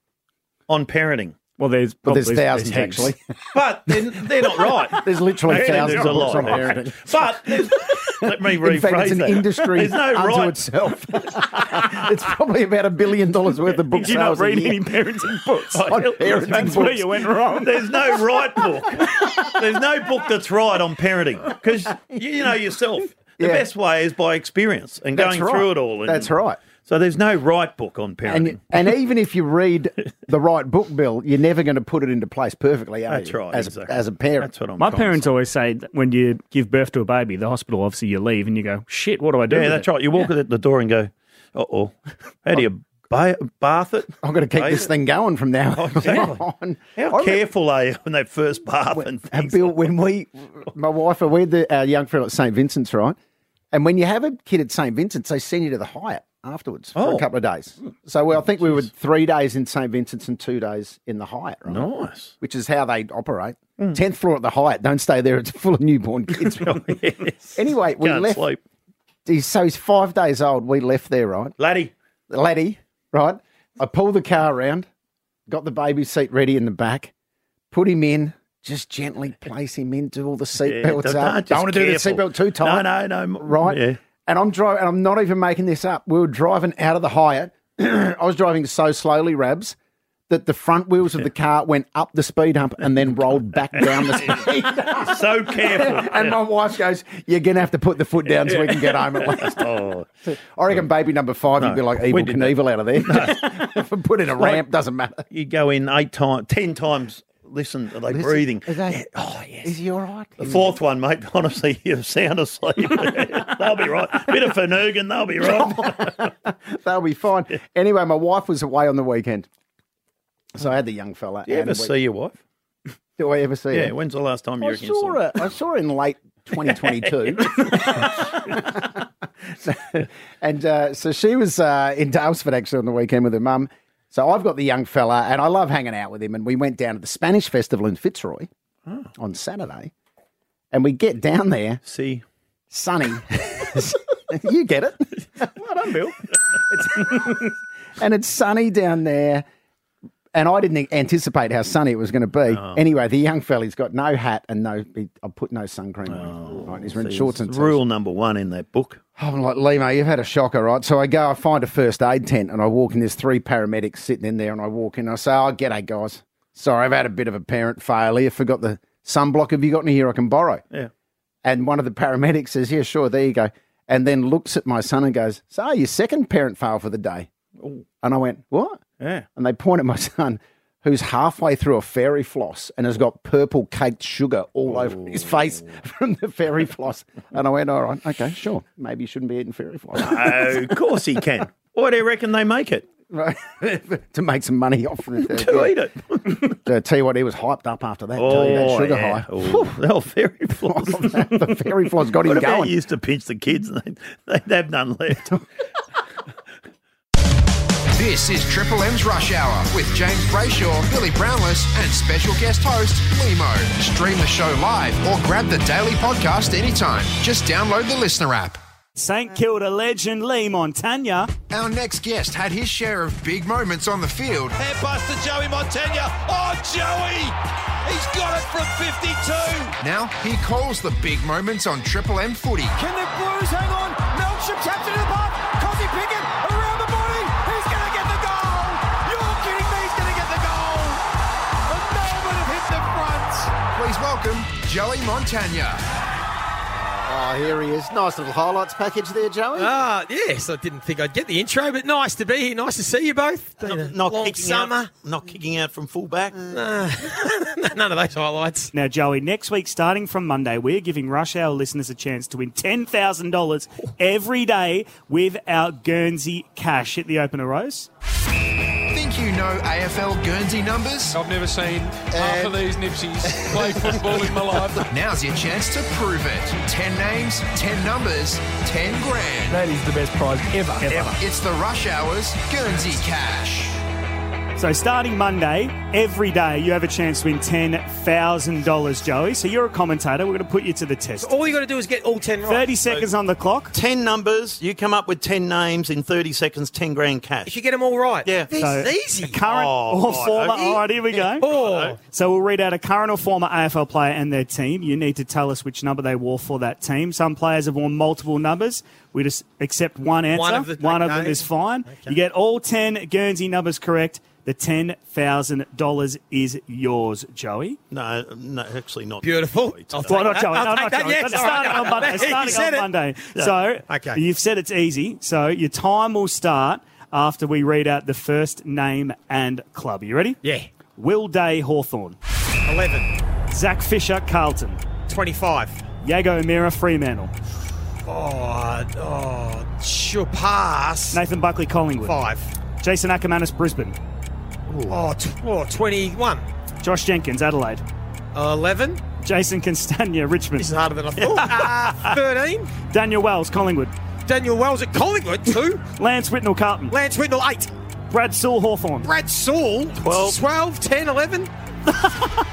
Speaker 3: on parenting.
Speaker 4: Well, there's
Speaker 2: Well, there's probably- thousands,
Speaker 3: heaps.
Speaker 2: actually. [laughs]
Speaker 3: but they're, they're not right.
Speaker 2: There's literally
Speaker 3: Actually,
Speaker 2: thousands
Speaker 3: there's a
Speaker 2: of
Speaker 3: lot.
Speaker 2: books on [laughs] parenting.
Speaker 3: [laughs] But there's- let me rephrase
Speaker 2: In fact, it's an
Speaker 3: that.
Speaker 2: industry
Speaker 3: [laughs] There's no
Speaker 2: unto
Speaker 3: right.
Speaker 2: itself. [laughs] it's probably about a billion dollars worth of books.
Speaker 4: Did you not read any parenting books?
Speaker 3: [laughs]
Speaker 2: On parenting
Speaker 4: That's where
Speaker 2: books.
Speaker 4: you went wrong.
Speaker 3: There's no right book. There's no book that's right on parenting
Speaker 2: [laughs]
Speaker 3: because you, you know yourself. The
Speaker 2: Yeah.
Speaker 3: best way is by experience and
Speaker 2: That's
Speaker 3: going
Speaker 2: right.
Speaker 3: through it all. And,
Speaker 2: That's right.
Speaker 3: So there's no right book on parenting.
Speaker 2: And, and
Speaker 3: [laughs]
Speaker 2: even if you read the right book, Bill, you're never going to put it into place perfectly, are
Speaker 4: That's
Speaker 2: you?
Speaker 4: right,
Speaker 2: As,
Speaker 4: exactly.
Speaker 2: a, as a parent. That's
Speaker 3: what I'm
Speaker 4: My parents always say that when you give birth to a baby, the hospital obviously you leave and you go, shit, what do I do?
Speaker 3: Yeah,
Speaker 4: with
Speaker 3: that's
Speaker 4: it?
Speaker 3: right. You walk
Speaker 4: Yeah.
Speaker 3: at the door and go, uh oh, how do you ba- bath it?
Speaker 2: I'm going to keep
Speaker 3: Bathe [laughs]
Speaker 2: this
Speaker 3: it?
Speaker 2: thing going from now [laughs] on.
Speaker 3: Oh, How careful are you when they first bath? And
Speaker 2: And Bill, when we, my wife, we had the, our young friend at St. Vincent's, right? And when you have a kid at St. Vincent's, they send you to the Hyatt afterwards for
Speaker 3: Oh.
Speaker 2: a couple of days. So well, I think we were three days in St. Vincent's and two days in the Hyatt, right?
Speaker 3: Nice. Hmm.
Speaker 2: Which is how they operate. 10th floor at the Hyatt. Don't stay there. It's full of newborn
Speaker 3: [laughs]
Speaker 2: kids. right? Anyway, we
Speaker 3: Can't
Speaker 2: left.
Speaker 3: sleep.
Speaker 2: He's, so he's five days old. We left there, right?
Speaker 3: Laddie.
Speaker 2: Laddie, right? I pulled the car around, got the baby seat ready in the back, put him in, just gently place him in, do all the seat
Speaker 3: Yeah,
Speaker 2: belts
Speaker 3: don't-
Speaker 2: up.
Speaker 3: don't-
Speaker 2: Don't want to do the
Speaker 3: just careful.
Speaker 2: seatbelt too tight.
Speaker 3: No, no, no.
Speaker 2: Right?
Speaker 3: Yeah.
Speaker 2: And I'm driving, and I'm not even making this up. We were driving out of the Hyatt. [clears throat] I was driving so slowly, Rabs, that the front wheels of the car went up the speed hump and then rolled back down
Speaker 3: [laughs]
Speaker 2: the speed
Speaker 3: so careful.
Speaker 2: [laughs] and my wife goes, "You're gonna have to put the foot down so we can get home at last." [laughs]
Speaker 3: [laughs] oh.
Speaker 2: I reckon baby number five,
Speaker 3: No,
Speaker 2: you'd be like
Speaker 3: we
Speaker 2: evil
Speaker 3: did that.
Speaker 2: Knievel out of there. put in a
Speaker 3: Like-
Speaker 2: ramp doesn't matter.
Speaker 3: You go in eight times, ten times. Listen, are they breathing?
Speaker 2: Is that, oh mm. yes. Is he all right?
Speaker 3: The fourth one, mate, [laughs] honestly, you're sound
Speaker 2: [laughs]
Speaker 3: asleep. they'll be right. Bit of Finugan, they'll be right.
Speaker 2: They'll be fine. Anyway, my wife was away on the weekend, so I had the young fella.
Speaker 3: Do you
Speaker 2: and
Speaker 3: ever
Speaker 2: we-
Speaker 3: see your wife?
Speaker 2: Do I ever see
Speaker 3: Yeah,
Speaker 2: her?
Speaker 3: when's the last time you
Speaker 2: I
Speaker 3: reckon you
Speaker 2: saw
Speaker 3: her?
Speaker 2: her. I saw her in
Speaker 3: [laughs]
Speaker 2: late 2022. and uh, so she was uh, in Dalesford actually on the weekend with her mum. So I've got the young fella, and I love hanging out with him. And we went down to the Spanish Festival in Fitzroy
Speaker 7: [laughs]
Speaker 2: on Saturday, and we get down there.
Speaker 3: See, [laughs]
Speaker 2: sunny. you get it.
Speaker 3: Well done, Bill.
Speaker 2: It's, and it's sunny down there. And I didn't anticipate how sunny it was going to be. Anyway, the young fella's got no hat and no. He, I put no sun cream on. right, he's wearing
Speaker 3: See,
Speaker 2: shorts
Speaker 3: it's
Speaker 2: and Oh,
Speaker 3: Rule number one in that book.
Speaker 2: I'm like, Limo, you've had a shocker, right? So I go, I find a first aid tent and I walk in. There's three paramedics sitting in there and I walk in. I say, Oh, g'day, guys. Sorry, I've had a bit of a parent failure. Forgot the sunblock. Have you got any here I can borrow?
Speaker 3: Yeah.
Speaker 2: And one of the paramedics says, Yeah, sure, there you go. And then looks at my son and goes, So, your second parent fail for the day. And I went, What?
Speaker 3: Yeah.
Speaker 2: And they point at my [laughs] son, who's halfway through a fairy floss and has got purple caked sugar all over his face
Speaker 3: Oh.
Speaker 2: [laughs] from the fairy floss. And I went, All right, okay, sure. Maybe you shouldn't be eating fairy floss.
Speaker 3: Oh, [laughs] of course he can. Why do you reckon they make it?
Speaker 2: [laughs] Right. to make some money off the third.
Speaker 3: [laughs] To eat it.
Speaker 2: [laughs] I tell you what, he was hyped up after that. tell you that sugar
Speaker 3: Oh, yeah.
Speaker 2: high.
Speaker 3: Oh, the fairy
Speaker 2: [laughs]
Speaker 3: floss.
Speaker 2: the fairy floss got him
Speaker 3: what about
Speaker 2: going.
Speaker 3: You used to pinch the kids [laughs] and they'd, they'd have none
Speaker 2: [laughs]
Speaker 3: left.
Speaker 1: This is Triple M's Rush Hour with James Brayshaw, Billy Brownless, and special guest host, Limo. Stream the show live or grab the daily podcast anytime. Just download the listener app.
Speaker 9: St Kilda legend Lee Montagna.
Speaker 1: Our next guest had his share of big moments on the field,
Speaker 5: Head pass to Joey Montagna. Oh, Joey! He's got it from 52.
Speaker 1: Now he calls the big moments on Triple M footy.
Speaker 5: Can the Blues hang on? Melksham taps it to the pop. Cosy Pickett around the body. He's going to get the goal. You're kidding me. He's going to get the goal. And Melbourne have hit the front.
Speaker 1: Please welcome Joey Montagna.
Speaker 19: Oh, here he is. Nice little highlights package there, Joey.
Speaker 18: Ah, yes. I didn't think I'd get the intro, but nice to be here. Nice to see you both. Been a
Speaker 3: Not
Speaker 18: long
Speaker 3: kicking
Speaker 18: summer.
Speaker 3: Out, not kicking out from
Speaker 18: [laughs]
Speaker 3: fullback.
Speaker 18: None of those highlights.
Speaker 4: Now, Joey, next week, starting from Monday, we're giving Rush Hour listeners a chance to win $10,000 every day with our Guernsey cash. Hit the opener, Rose.
Speaker 1: Think you know AFL Guernsey numbers? I've never seen half of these Nipsies play football in my life. [laughs] Now's your chance to prove it. 10 names, 10 numbers, 10 grand.
Speaker 20: That is the best prize ever.
Speaker 1: It's the Rush Hours Guernsey Cash.
Speaker 4: So, starting Monday, every day, you have a chance to win $10,000, Joey. So, you're a commentator. We're going to put you to the test.
Speaker 18: All you got to do is get all 10 right.
Speaker 4: 30 seconds on the clock.
Speaker 3: 10 numbers. You come up with 10 names in 30 seconds, 10 grand cash. If
Speaker 18: you get them all right.
Speaker 3: Yeah. Oh,
Speaker 4: This So, is easy. Current or former. All right, here we go. So we'll read out a current or former AFL player and their team. You need to tell us which number they wore for that team. Some players have worn multiple numbers. We just accept one answer.
Speaker 18: One of the-
Speaker 4: of them
Speaker 18: okay.
Speaker 4: is fine. You get all 10 Guernsey numbers correct. The $10,000 is yours, Joey.
Speaker 3: No, no, actually not.
Speaker 18: Beautiful.
Speaker 4: Well, not Joey.
Speaker 3: I'll
Speaker 4: No,
Speaker 3: take
Speaker 4: not
Speaker 3: that,
Speaker 4: Joey.
Speaker 3: yes,
Speaker 4: But
Speaker 3: all
Speaker 4: starting
Speaker 3: right.
Speaker 4: on
Speaker 3: [laughs]
Speaker 4: [laughs] Monday.
Speaker 3: He
Speaker 4: starting
Speaker 3: said
Speaker 4: on
Speaker 3: it.
Speaker 4: Monday.
Speaker 3: Yeah.
Speaker 4: So
Speaker 3: Okay.
Speaker 4: you've said it's easy. So your time will start after we read out the first name and club. You ready?
Speaker 18: Yeah.
Speaker 4: Will Day Hawthorn.
Speaker 18: 11.
Speaker 4: Zach Fisher Carlton.
Speaker 18: 25.
Speaker 4: Yago O'Meara Fremantle.
Speaker 18: Oh, oh, sure pass.
Speaker 4: Nathan Buckley Collingwood.
Speaker 18: Five.
Speaker 4: Jason Ackermanis Brisbane.
Speaker 18: Oh, tw- oh, 21.
Speaker 4: Josh Jenkins Adelaide.
Speaker 18: 11.
Speaker 4: Jason Castagna Richmond.
Speaker 18: This is harder than
Speaker 4: [laughs]
Speaker 18: I thought. uh, 13.
Speaker 4: Daniel Wells Collingwood.
Speaker 18: Daniel Wells at Collingwood, two.
Speaker 4: Lance Whitnell Carlton.
Speaker 18: Lance Whitnell, eight.
Speaker 4: Brad Sewell Hawthorn.
Speaker 18: Brad Saul, 12. 12, 10, 11.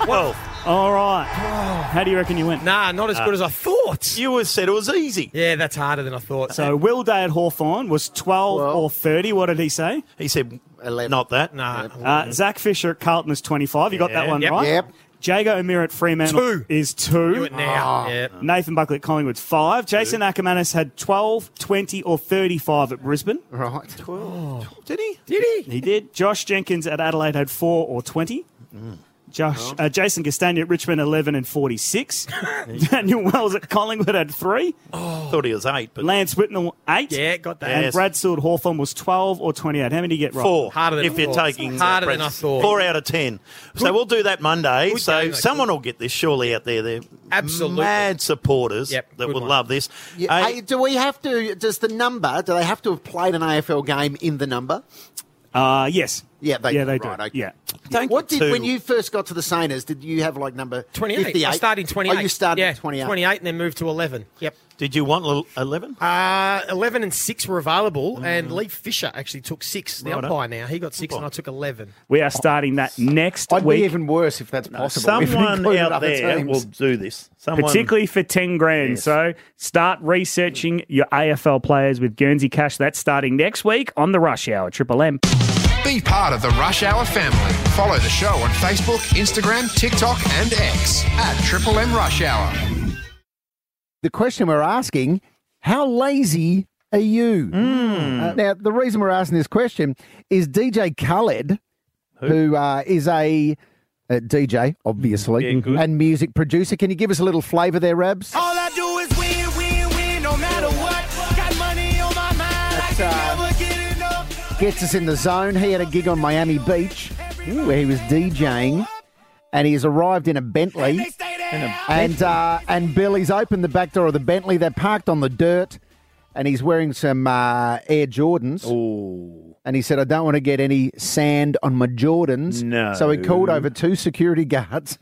Speaker 18: well,
Speaker 4: All right. Oh, How do you reckon you went?
Speaker 18: Nah, not as good as I thought.
Speaker 3: You were said it was easy.
Speaker 18: Yeah, that's harder than I thought.
Speaker 4: So Will Day at Hawthorn was 12 or 30. What did he say?
Speaker 3: He said, not that.
Speaker 18: Nah.
Speaker 4: Uh, Zach Fisher at Carlton is 25. You got that
Speaker 18: Yeah.
Speaker 4: one
Speaker 18: Yep.
Speaker 4: right?
Speaker 18: Yep.
Speaker 4: Jago O'Meara at Fremantle
Speaker 18: Two.
Speaker 4: is two.
Speaker 18: Do it now. Yep.
Speaker 4: Nathan Buckley at Collingwood's five. Jason Ackermanis had 12, 20, or 35 at Brisbane.
Speaker 19: Right.
Speaker 4: 12.
Speaker 3: Did he?
Speaker 18: Did he?
Speaker 4: He did. Josh Jenkins at Adelaide had four or 20.
Speaker 5: Mm.
Speaker 4: Josh, uh, Jason Castagna at Richmond, 11 and 46. Daniel Wells at Collingwood had three.
Speaker 3: Thought he was eight, but
Speaker 4: Lance Whitnell, eight.
Speaker 18: Oh. Yeah, got that.
Speaker 4: And
Speaker 3: Yes.
Speaker 4: Brad Sewell at Hawthorn was 12 or 28. How many did you get right?
Speaker 3: four.
Speaker 18: Harder than
Speaker 3: if
Speaker 18: I
Speaker 3: you're
Speaker 18: thought.
Speaker 3: taking uh,
Speaker 18: Harder than
Speaker 3: Brad-
Speaker 18: I thought.
Speaker 3: Four out of ten. So we'll do that Monday.
Speaker 18: Good
Speaker 3: so
Speaker 18: game, though,
Speaker 3: someone will get this surely out there. They're
Speaker 18: Absolutely.
Speaker 3: mad supporters that will love this.
Speaker 19: Yeah,
Speaker 3: Hey,
Speaker 19: hey, do we have to? Does the number? Do they have to have played an AFL game in the number?
Speaker 4: Uh, yes.
Speaker 19: Yeah, they,
Speaker 4: yeah, they
Speaker 19: right,
Speaker 4: do.
Speaker 19: okay.
Speaker 4: Yeah.
Speaker 19: Yeah, what
Speaker 4: you
Speaker 19: did when you first got to the Sainers? Did you have like number
Speaker 18: 28.
Speaker 19: 58?
Speaker 18: I started in 28.
Speaker 19: Oh, you started
Speaker 18: yeah,
Speaker 19: at 28.
Speaker 18: 28 and then moved to 11. Yep.
Speaker 3: Did you want eleven? Mm.
Speaker 18: Uh, 11 and 6 were available, and Lee Fisher actually took 6. The
Speaker 3: Righto.
Speaker 18: umpire now. He got 6, and I took 11.
Speaker 4: We are starting that next
Speaker 18: I'd be
Speaker 4: week.
Speaker 18: even
Speaker 4: worse if that's
Speaker 18: possible, [laughs] if it someone included out other there teams. will
Speaker 3: do this. Someone-
Speaker 4: Particularly for 10 grand. So start researching your AFL players with Guernsey Cash. That's starting next week on The Rush Hour, Triple M.
Speaker 1: Be part of the Rush Hour family. Follow the show on Facebook, Instagram, TikTok, and X at Triple M Rush Hour.
Speaker 2: the question we're asking how lazy are you?
Speaker 4: Hmm.
Speaker 2: Uh, now, the reason we're asking this question is DJ Khaled, who, uh, is a, a DJ, obviously, and music producer. Can you give us a little flavour there, Rabs?
Speaker 5: All I do is win, win, win, no matter what. Got money on my mind, I can never get enough.
Speaker 2: Gets us in the zone. He had a gig on Miami Beach where he was DJing, and he's arrived in a Bentley. And uh, and Billy's opened the back door of the Bentley. They're parked on the dirt, and he's wearing some uh, Air Jordans. Oh. And he said, "I don't want to get any sand on my Jordans."
Speaker 3: No.
Speaker 2: So he called over two security guards,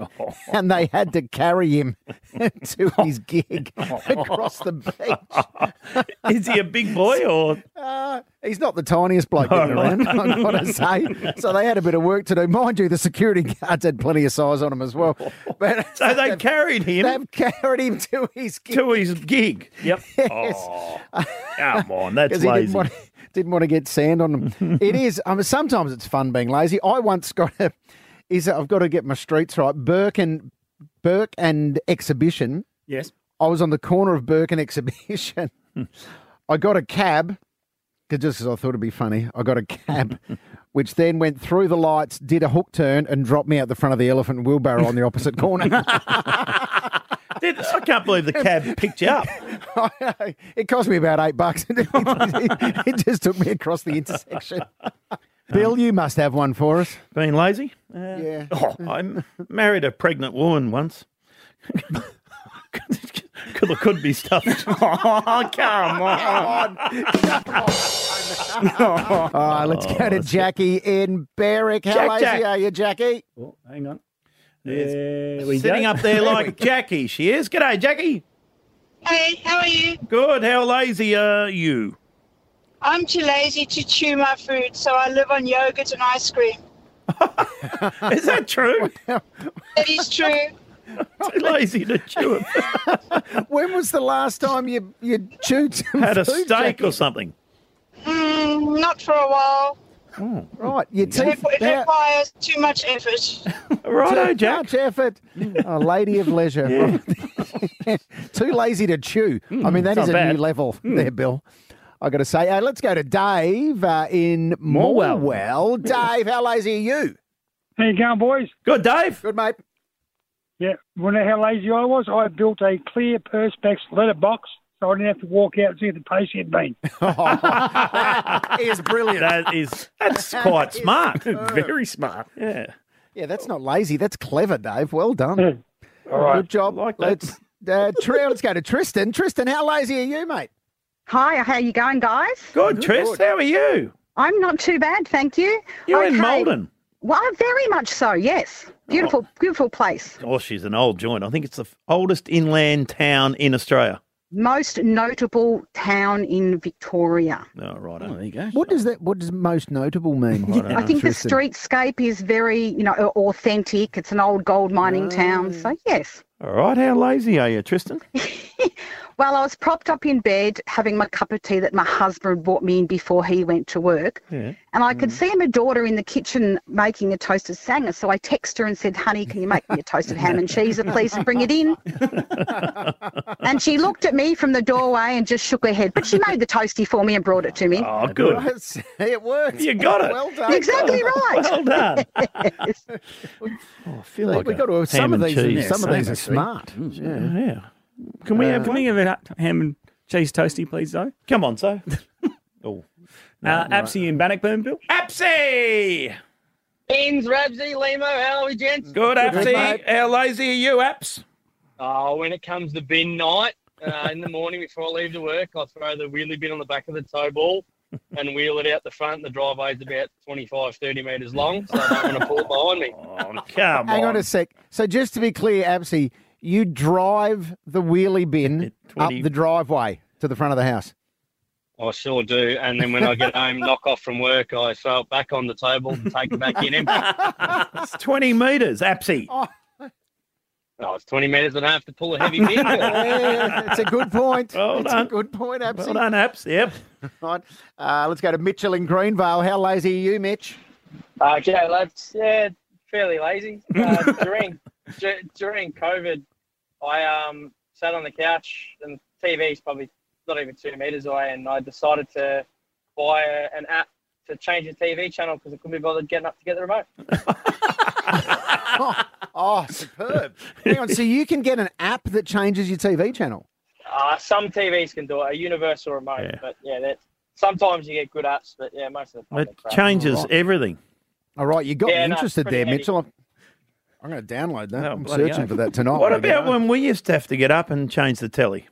Speaker 2: and they had to carry him [laughs] to his gig across the beach.
Speaker 21: [laughs] Is he a big boy or?
Speaker 2: Uh, he's not the tiniest bloke in the [laughs] round,
Speaker 21: [laughs]
Speaker 2: I've got to say. So they had a bit of work to do. Mind you, the security guards had plenty of size on them as well.
Speaker 21: [laughs]
Speaker 2: But
Speaker 21: So they carried him.
Speaker 2: They've carried him to his gig.
Speaker 21: To his gig. [laughs] Yep.
Speaker 2: Oh,
Speaker 21: Come on, [laughs]
Speaker 2: [laughs]
Speaker 21: that's
Speaker 2: he
Speaker 21: lazy.
Speaker 2: Didn't want, didn't want to get sand on
Speaker 21: [laughs]
Speaker 2: them. it is. I mean, sometimes it's fun being lazy. I once got a. Is that I've got to get my streets right. Burke and Burke and exhibition.
Speaker 4: Yes.
Speaker 2: I was on the corner of Burke and Exhibition.
Speaker 21: [laughs]
Speaker 2: I got a cab, 'cause just as I thought it'd be funny, I got a
Speaker 21: [laughs]
Speaker 2: cab, which then went through the lights, did a hook turn, and dropped me out the front of the
Speaker 21: [laughs]
Speaker 2: elephant wheelbarrow on the opposite corner.
Speaker 21: Did, I can't believe the cab picked you up.
Speaker 2: [laughs] it cost me about eight bucks. [laughs] it, it just took me across
Speaker 21: [laughs]
Speaker 2: the intersection. Bill, you must have one for us.
Speaker 3: Being lazy?
Speaker 2: yeah.
Speaker 3: Oh, I m- married a pregnant woman once. [laughs] could, could, could be stuffed. [laughs] oh, come on.
Speaker 2: [laughs] All right, let's
Speaker 21: Oh,
Speaker 2: go to Jackie in Berwick. How
Speaker 3: Jack,
Speaker 2: lazy
Speaker 3: Jack.
Speaker 2: are you, Jackie?
Speaker 3: Oh,
Speaker 18: [laughs]
Speaker 3: hang on.
Speaker 2: There
Speaker 3: we Sitting
Speaker 2: go.
Speaker 3: up there
Speaker 2: There we [laughs]
Speaker 3: like Jackie. She is. G'day, Jackie.
Speaker 5: Hey, how are you?
Speaker 3: Good. How lazy are you? [laughs]
Speaker 5: I'm too lazy to chew my food, so I live on yogurt and ice cream.
Speaker 3: Is that true?
Speaker 5: That is true.
Speaker 3: [laughs] Too lazy to chew it.
Speaker 2: [laughs] when was the last time you you chewed some
Speaker 3: Had a
Speaker 2: food,
Speaker 3: steak
Speaker 2: Jackie?
Speaker 3: or something.
Speaker 5: Mm, not for a while.
Speaker 3: Hmm.
Speaker 2: Right, your
Speaker 5: It,
Speaker 2: teeth.
Speaker 5: it
Speaker 2: how-
Speaker 5: requires too much effort.
Speaker 3: [laughs]
Speaker 2: Too much effort.
Speaker 3: Mm.
Speaker 2: A lady of leisure. [laughs] Too lazy to chew. I mean, that
Speaker 12: it's
Speaker 2: is a
Speaker 12: not bad.
Speaker 2: new level
Speaker 12: Mm.
Speaker 2: there, Bill. I got to say, uh, let's go to Dave uh, in Morwell. Dave, how lazy are you?
Speaker 11: How you going, boys?
Speaker 3: Good, Dave.
Speaker 2: Good, mate.
Speaker 11: Yeah, wonder how lazy I was. I built a clear perspex letterbox so I didn't have to walk out and see if the patient had been.
Speaker 2: He is brilliant.
Speaker 3: That is that's
Speaker 18: [laughs]
Speaker 3: quite smart. Very smart. Yeah.
Speaker 2: Yeah, that's not lazy. That's clever, Dave. Well done.
Speaker 3: right.
Speaker 2: Good job.
Speaker 3: that.
Speaker 2: let's, uh, Tri- let's go to Tristan. Tristan, [laughs] how lazy are you, mate?
Speaker 22: Hi, how you going, guys?
Speaker 3: Good, Tris. How are you?
Speaker 22: I'm not too bad, thank you.
Speaker 3: You're in Malden.
Speaker 22: Well, very much so. Yes, beautiful, beautiful place.
Speaker 3: Oh, she's an old joint. I think it's the f- oldest inland town in Australia.
Speaker 22: Most notable town in Victoria.
Speaker 3: Oh, right. there you go.
Speaker 2: What does that? What does most notable
Speaker 3: [laughs]
Speaker 2: mean?
Speaker 22: I think the streetscape is very, you know, au- authentic. It's an old gold mining town.
Speaker 2: Oh.
Speaker 22: So yes.
Speaker 3: All right. How lazy are you, Tristan?
Speaker 22: Well, I was propped up in bed having my cup of tea that my husband brought me in before he went to work.
Speaker 3: Yeah.
Speaker 22: And I could
Speaker 3: Mm.
Speaker 22: see my daughter in the kitchen making a toasted sanger. So I text her and said, Honey, can you make me a toasted ham and cheese, please, and bring
Speaker 3: [laughs]
Speaker 22: it in? and she looked at me from the doorway and just shook her head. But she made the toasty for me and brought it to me.
Speaker 3: Oh, good.
Speaker 2: [laughs] it worked.
Speaker 3: You got it.
Speaker 2: Well done.
Speaker 22: Exactly right.
Speaker 3: Well
Speaker 22: [laughs]
Speaker 3: done.
Speaker 2: I
Speaker 3: feel
Speaker 2: like we've got to. Some of these. Are, some of these are
Speaker 4: actually.
Speaker 2: smart.
Speaker 4: Mm,
Speaker 3: yeah.
Speaker 4: Can we have
Speaker 3: Uh,
Speaker 4: can we have a ham and cheese toasty, please, Zoe?
Speaker 3: Come on, Zoe. [laughs] oh,
Speaker 4: uh, Apsy and Bannockburn, Bill.
Speaker 3: Apsy.
Speaker 23: Beans, Rabsy, Limo, how are we, gents?
Speaker 3: Good, Apsy. How lazy are you, Apps?
Speaker 23: Oh, when it comes to bin night, uh, in the morning before I leave to work, I throw the wheelie bin on the back of the tow ball and wheel it out the front. The driveway's about 25, 30 metres long, so I don't want to pull it behind me.
Speaker 3: Oh, come
Speaker 2: Hang on a sec. So just to be clear, Absy, you drive the wheelie bin up the driveway to the front of the house.
Speaker 23: I sure do. And then when I get home, knock off from work, I throw it back on the tow ball and take it
Speaker 3: [laughs]
Speaker 23: back in empty.
Speaker 3: It's 20 metres, Apsy.
Speaker 23: Oh, it's 20 metres and I have to pull a heavy bin.
Speaker 2: Yeah, it's a good
Speaker 3: [laughs]
Speaker 2: point.
Speaker 23: Well
Speaker 2: it's
Speaker 23: done.
Speaker 2: a good point, Absy.
Speaker 23: Well done,
Speaker 3: Abs. Yep.
Speaker 2: [laughs] right. Uh, let's go to Mitchell in Greenvale. How lazy are you, Mitch?
Speaker 23: Okay, lads. Uh, Yeah, fairly lazy.
Speaker 3: [laughs]
Speaker 23: Uh, during d- during COVID, I um sat on the couch and TV's probably not even two meters away, and I decided to buy a, an app to change the TV channel because I couldn't be bothered getting up to get the remote.
Speaker 2: [laughs] Oh, superb. Hang on. So you can get an app that changes your TV channel.
Speaker 23: Uh, some TVs can do it, a universal remote, but yeah, that sometimes you get good apps, but yeah, most of the time
Speaker 3: It
Speaker 23: they're crap.
Speaker 3: changes
Speaker 2: Oh, Right.
Speaker 3: everything.
Speaker 2: All right, you got
Speaker 23: Yeah,
Speaker 2: me
Speaker 23: no, it's
Speaker 2: interested
Speaker 23: pretty
Speaker 2: there,
Speaker 23: handy.
Speaker 2: Mitchell. I'm, I'm going to download that. I'm
Speaker 3: Oh, Bloody
Speaker 2: searching
Speaker 3: oath.
Speaker 2: for that tonight.
Speaker 3: What
Speaker 2: when I get
Speaker 3: about
Speaker 2: home.
Speaker 3: when we used to have to get up and change the telly?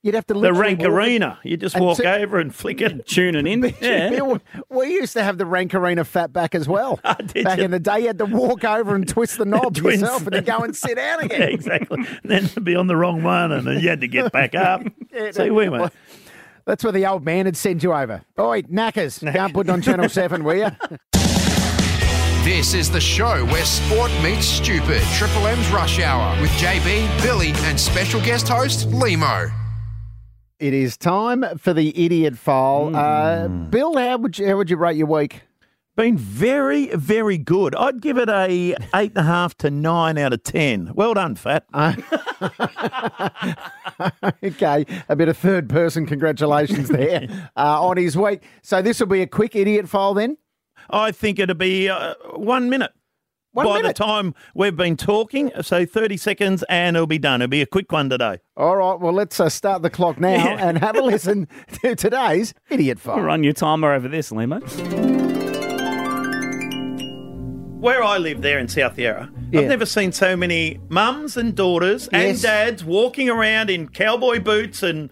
Speaker 2: You'd have to
Speaker 3: The
Speaker 2: literally
Speaker 3: Rank
Speaker 2: walk-
Speaker 3: Arena. You just
Speaker 2: and
Speaker 3: walk
Speaker 2: t- [laughs]
Speaker 3: over and flick it. Tuning in.
Speaker 2: Bill, we used to have the Rankarina fat back as
Speaker 3: [laughs]
Speaker 2: well. back in the day, you had to walk over and twist the knob
Speaker 3: Twins.
Speaker 2: yourself and then go and sit
Speaker 3: [laughs]
Speaker 2: down again.
Speaker 3: Yeah, exactly. And then to be on the wrong one, and then you had to get
Speaker 2: [laughs]
Speaker 3: back up.
Speaker 2: Yeah,
Speaker 3: See,
Speaker 2: no,
Speaker 3: we went.
Speaker 2: well, That's where the old man had sent you over. Oi, knackers, can't put it on
Speaker 3: [laughs]
Speaker 2: Channel 7, will you?
Speaker 1: This is the show where sport meets stupid. Triple M's Rush Hour with JB, Billy, and special guest host Limo.
Speaker 2: It is time for the idiot file. Uh,
Speaker 3: Mm.
Speaker 2: Bill, how would you how would you rate your week?
Speaker 3: Been very, very good. I'd give it a eight and a half to nine out of ten. Well done, Fat.
Speaker 2: [laughs] okay, a bit of third person
Speaker 4: [laughs]
Speaker 2: congratulations there uh, on his week. So this will be a quick idiot file then.
Speaker 3: I think it'd be uh, one minute.
Speaker 24: One
Speaker 3: by
Speaker 24: minute.
Speaker 3: the time we've been talking. So 30 seconds and it'll be done. It'll be a quick one today.
Speaker 2: All right, well, let's uh, start the clock now
Speaker 3: Yeah.
Speaker 2: and
Speaker 4: [laughs]
Speaker 2: have a listen to today's Idiot File.
Speaker 4: Run your timer over this, Limo.
Speaker 3: Where I live there in South Yarra,
Speaker 4: Yeah.
Speaker 3: I've never seen so many mums and daughters
Speaker 4: Yes.
Speaker 3: and dads walking around in cowboy boots and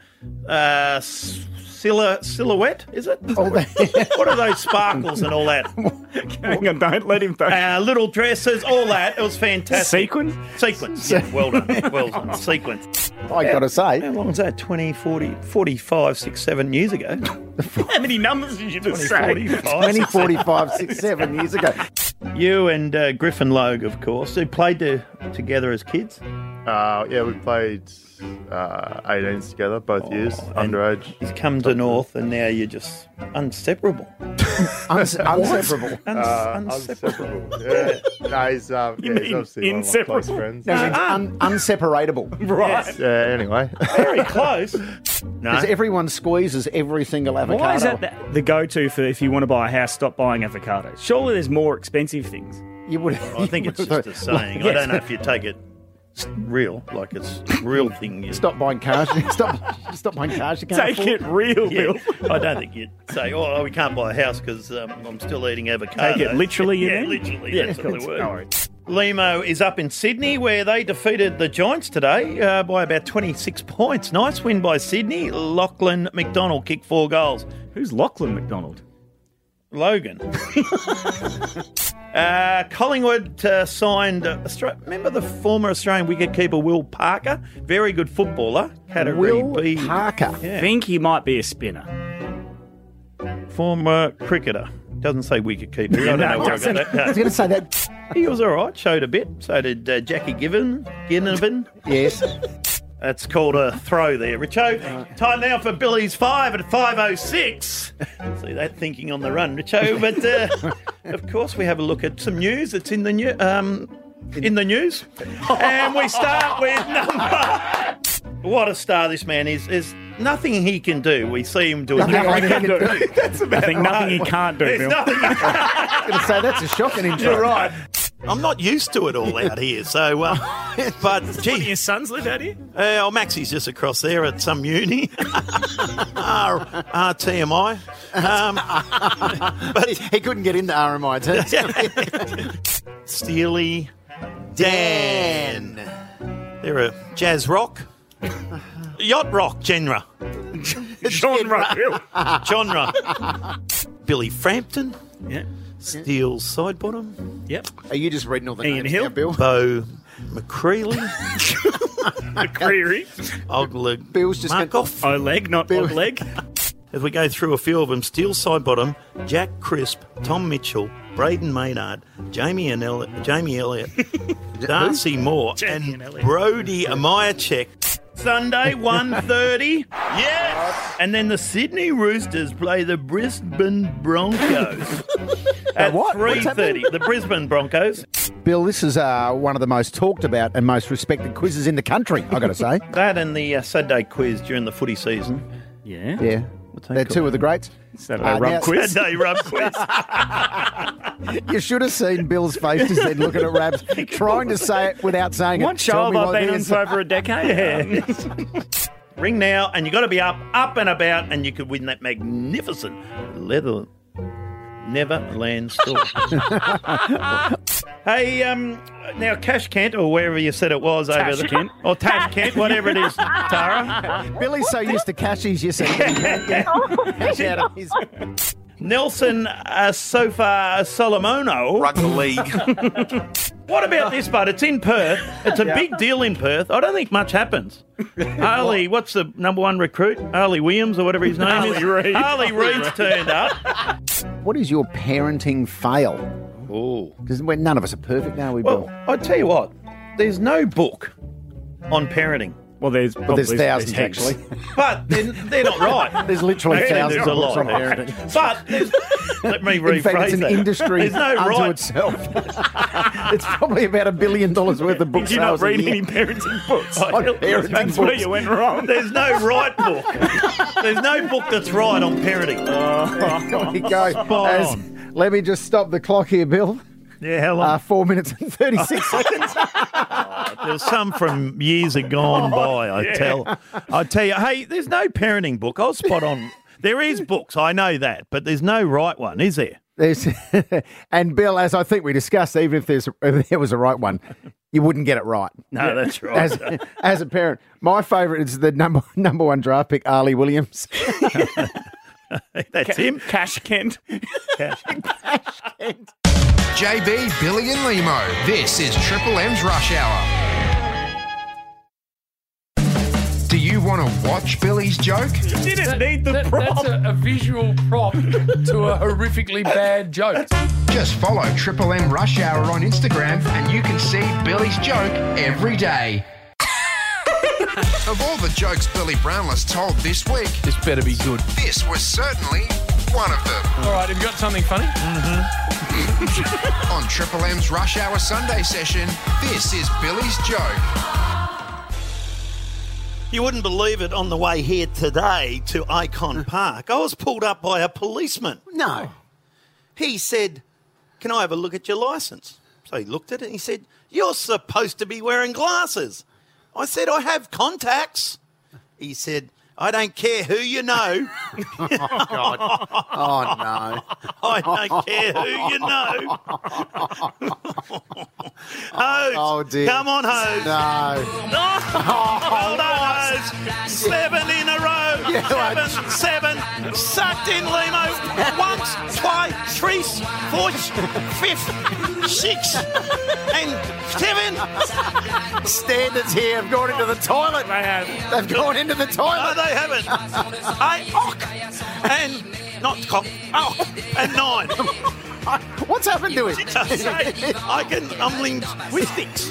Speaker 3: uh, s- silla- silhouette, is it?
Speaker 4: Oh, [laughs]
Speaker 3: what are those sparkles and all that?
Speaker 4: Hang on, don't let him back.
Speaker 3: Uh, little dresses, all that. It was fantastic.
Speaker 4: Sequin?
Speaker 3: Sequin. Yeah, well done. Well
Speaker 4: [laughs]
Speaker 3: done. Sequin.
Speaker 2: I
Speaker 3: Yeah.
Speaker 2: gotta say.
Speaker 3: How long was that? 20, 40, 45, 6, 7 years ago.
Speaker 4: How many numbers did you just
Speaker 3: 20,
Speaker 4: say?
Speaker 3: 45,
Speaker 2: 20,
Speaker 4: [laughs]
Speaker 2: 45, 6, 7 years ago.
Speaker 3: You and uh, Griffin Logue, of course, who played to, together as kids.
Speaker 13: Uh, yeah, we played uh, 18s together both years, underage.
Speaker 3: Oh, He's come to North, and now you're just unseparable.
Speaker 2: [laughs]
Speaker 3: [laughs]
Speaker 2: Unse- unseparable.
Speaker 3: Uns-
Speaker 13: Uh,
Speaker 3: unseparable.
Speaker 13: Yeah. no, he's, um, yeah, he's obviously one of my close friends.
Speaker 2: No, it's
Speaker 4: Uh-huh.
Speaker 2: un- unseparable.
Speaker 13: Yes. Yeah, anyway.
Speaker 4: [laughs]
Speaker 3: Very close.
Speaker 2: Because everyone squeezes every single avocado.
Speaker 4: Why is that the, the go-to for if you want to buy a house? Stop buying avocados. Surely there's more expensive things.
Speaker 2: You would.
Speaker 3: I think it's
Speaker 2: [laughs]
Speaker 3: just a saying. I don't know if you take [laughs] it s- real, like it's real thing. You
Speaker 2: Stop buying cars. [laughs] stop, stop buying cars. You can't afford.
Speaker 4: real,
Speaker 2: [laughs]
Speaker 3: Bill. I don't think you'd say, "Oh, we can't buy a house because um, I'm still eating avocado."
Speaker 4: Take it literally, you
Speaker 3: [laughs] yeah,
Speaker 4: mean?
Speaker 3: literally.
Speaker 4: Yeah,
Speaker 3: that's
Speaker 4: cool.
Speaker 3: what the
Speaker 4: No
Speaker 3: word. Limo is up in Sydney where they defeated the Giants today uh, by about 26 [laughs] points. Nice win by Sydney. Lachlan McDonald kicked four goals.
Speaker 4: Who's Lachlan McDonald? [laughs]
Speaker 3: Logan. uh, Collingwood uh, signed. Austra- Remember the former Australian wicketkeeper Will Parker? Very good footballer. Category
Speaker 4: Will
Speaker 3: B.
Speaker 2: Parker.
Speaker 4: Think he might be a spinner.
Speaker 3: Former cricketer. Doesn't say wicketkeeper. I don't
Speaker 4: No,
Speaker 3: know where [laughs] I
Speaker 4: doesn't.
Speaker 3: got that. No.
Speaker 2: I was going to say that.
Speaker 3: He was all right. Showed a bit. So did uh, Jackie Given. Ginnivan.
Speaker 2: yes.
Speaker 3: That's called a throw there, Richo. Time now for Billy's five at five oh six. See that thinking on the run, Richo. But uh, of course, we have a look at some news that's in the new um, in the news, and
Speaker 4: [laughs]
Speaker 3: we start with number. What a star this man is! There's nothing he can do. We see him doing
Speaker 4: Nothing I can do.
Speaker 3: That's
Speaker 4: I think nothing he can't do,
Speaker 3: There's
Speaker 4: Bill.
Speaker 3: nothing he
Speaker 2: going to say that's a shocking intro.
Speaker 8: You're right. I'm not used to it
Speaker 2: [laughs]
Speaker 8: all out here, so. Uh, but gee,
Speaker 25: your sons live out here?
Speaker 8: Uh, oh, Maxie's just across there at some uni. [laughs] R- RTMI. Um,
Speaker 2: but [laughs] he couldn't get into
Speaker 8: RMIT. [laughs] Steely Dan. They're a jazz rock, yacht rock genre.
Speaker 4: [laughs] genre.
Speaker 8: genre. Billy Frampton.
Speaker 4: Yeah.
Speaker 8: Steel side bottom.
Speaker 4: Yep.
Speaker 2: Are you just reading all the names now, Bill?
Speaker 8: Bo McCreely.
Speaker 4: McCreary.
Speaker 8: Ogleg.
Speaker 2: Bill's just
Speaker 8: Markoff.
Speaker 4: Oleg, not Bill.
Speaker 3: [laughs]
Speaker 4: Ogleg.
Speaker 8: As we go through a few of them, Steel side bottom, Jack Crisp, Tom Mitchell, Braden Maynard, Jamie and Elliot,
Speaker 2: [laughs]
Speaker 8: Jamie Elliott, Darcy Moore, and Brody Amayachek.
Speaker 4: [laughs]
Speaker 3: Sunday, 1.30. yes! And then the Sydney Roosters play the Brisbane
Speaker 2: [laughs]
Speaker 3: Broncos. at
Speaker 2: what? What's
Speaker 3: 3.30. The Brisbane Broncos.
Speaker 2: Bill, this is uh, one of the most talked about and most respected quizzes in the country, i got to say.
Speaker 3: That and the uh, Saturday quiz during the footy season.
Speaker 4: Yeah.
Speaker 2: Yeah. They're two of the greats.
Speaker 4: Saturday
Speaker 2: Uh,
Speaker 4: rub
Speaker 2: now-
Speaker 3: [laughs]
Speaker 4: quiz.
Speaker 2: [laughs]
Speaker 3: Saturday rub quiz.
Speaker 2: You should have seen Bill's face just then looking at Rabs, trying to say it without saying it.
Speaker 4: What show
Speaker 2: Tell
Speaker 4: have
Speaker 2: me
Speaker 4: I
Speaker 2: what
Speaker 4: been
Speaker 2: it
Speaker 4: on
Speaker 2: is.
Speaker 4: for over a
Speaker 2: [laughs]
Speaker 4: decade?
Speaker 3: Ring now, and you got to be up, up and about, and you could win that magnificent leather Neverland [laughs] store. hey, um, now Cash Kent, or wherever you said it was over there,
Speaker 4: Tashkent.
Speaker 3: [laughs] or Tash Kent, whatever
Speaker 2: [laughs]
Speaker 3: it is, [laughs] Tara.
Speaker 2: Billy's so used to "Oh, cashies, you see. [laughs]
Speaker 3: [laughs]
Speaker 2: Cash out of his.
Speaker 3: Nelson uh, Sofa Solomono. Rugby league. [laughs] what about this, bud? It's in Perth. It's a big deal in Perth. I don't think much happens. Harley, what's the number one recruit? Harley Williams or whatever his name is.
Speaker 4: Harley Reid.
Speaker 3: Harley
Speaker 4: Harley
Speaker 3: Reid's
Speaker 4: Reid.
Speaker 3: turned up.
Speaker 2: What is your parenting fail?
Speaker 3: Oh.
Speaker 2: Because none of us are perfect now, we
Speaker 3: Well,
Speaker 2: Bill.
Speaker 3: I tell you what, there's no book on parenting.
Speaker 4: Well, there's
Speaker 2: Well, there's
Speaker 4: probably-
Speaker 2: thousands,
Speaker 4: heaps.
Speaker 2: actually.
Speaker 3: But they're, they're not
Speaker 2: [laughs]
Speaker 3: right.
Speaker 2: There's literally
Speaker 3: Actually,
Speaker 2: thousands
Speaker 3: there's a
Speaker 2: of books
Speaker 3: lot.
Speaker 2: on parenting.
Speaker 3: But there's- let me rephrase
Speaker 2: In fact, it's an
Speaker 3: that.
Speaker 2: industry
Speaker 3: There's no
Speaker 2: unto
Speaker 3: right
Speaker 2: itself.
Speaker 3: [laughs]
Speaker 2: it's probably about a billion dollars worth of book
Speaker 4: Did you not
Speaker 2: sales a
Speaker 4: read
Speaker 2: year. [laughs]
Speaker 4: any parenting books?
Speaker 2: On parenting
Speaker 4: That's where
Speaker 2: books.
Speaker 4: you went wrong.
Speaker 3: There's no right book. There's no book that's right on parenting.
Speaker 2: There we go.
Speaker 3: Spot
Speaker 2: As-
Speaker 3: on.
Speaker 2: let me just stop the clock here, Bill.
Speaker 5: Yeah, how long?
Speaker 2: Uh, four minutes and 36 seconds.
Speaker 5: There's some from years are gone
Speaker 4: Oh,
Speaker 5: by. I
Speaker 2: yeah.
Speaker 5: tell, I tell you. Hey, there's no parenting book. I will spot on. There is books, I know that, but there's no right one, is there?
Speaker 2: There's, [laughs] and Bill, as I think we discussed, even if there's [laughs] if there was a right one, you wouldn't get it right.
Speaker 5: No, that's right.
Speaker 2: As, [laughs] as a parent, my favourite is the number [laughs] number one draft pick, Ali Williams. [laughs]
Speaker 5: That's him.
Speaker 4: Cash Kent.
Speaker 1: JB, Billy, and Limo. This is Triple M's Rush Hour. Do you want to watch Billy's joke? You
Speaker 4: didn't need the
Speaker 1: prop.
Speaker 23: That's a, a visual prop to a horrifically bad joke.
Speaker 1: Just follow Triple M Rush Hour on Instagram and you can see Billy's joke every day. of all the jokes Billy Brownless told this week, this better be good. This was certainly one of them.
Speaker 23: All right, have you got something funny?
Speaker 1: Mm-hmm. [laughs] on Triple M's Rush Hour Sunday session, this is Billy's joke.
Speaker 3: You wouldn't believe it on the way here today to Icon Park. I was pulled up by a policeman.
Speaker 2: No.
Speaker 3: He said, Can I have a look at your license? So he looked at it and he said, You're supposed to be wearing glasses. I said, I have contacts. He said, I don't care who you know. [laughs] oh,
Speaker 26: God.
Speaker 3: Oh, no. [laughs] I don't care who you know. Hose.
Speaker 26: Oh, dear.
Speaker 3: Come on, Hose.
Speaker 26: No.
Speaker 3: No. well done,
Speaker 26: nice.
Speaker 3: Hose. Seven in a row.
Speaker 26: Yeah,
Speaker 3: seven, seven. Sucked in Limo. Once, twice, three, four, fifth, six, and seven.
Speaker 2: Standards here have gone into the toilet. They have. They've gone into the
Speaker 3: No,
Speaker 2: toilet.
Speaker 3: they haven't. I och and not cock. Och and nine.
Speaker 2: [laughs] What's happened to it?
Speaker 3: [laughs] I can. I'm linked with
Speaker 1: [laughs]
Speaker 3: things.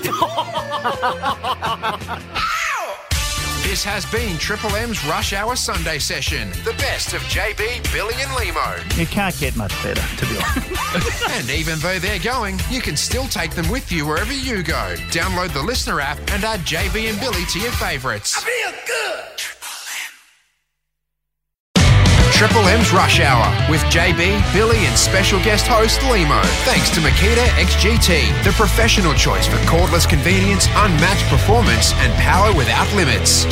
Speaker 1: This has been Triple M's Rush Hour Sunday session. The best of JB, Billy, and Limo.
Speaker 5: You can't get much better, to be honest.
Speaker 1: [laughs] and even though they're going, you can still take them with you wherever you go. Download the listener app and add JB and Billy to your favourites. I feel good. Triple M's Rush Hour with JB, Billy, and special guest host Limo. Thanks to Makita XGT, the professional choice for cordless convenience, unmatched performance, and power without limits.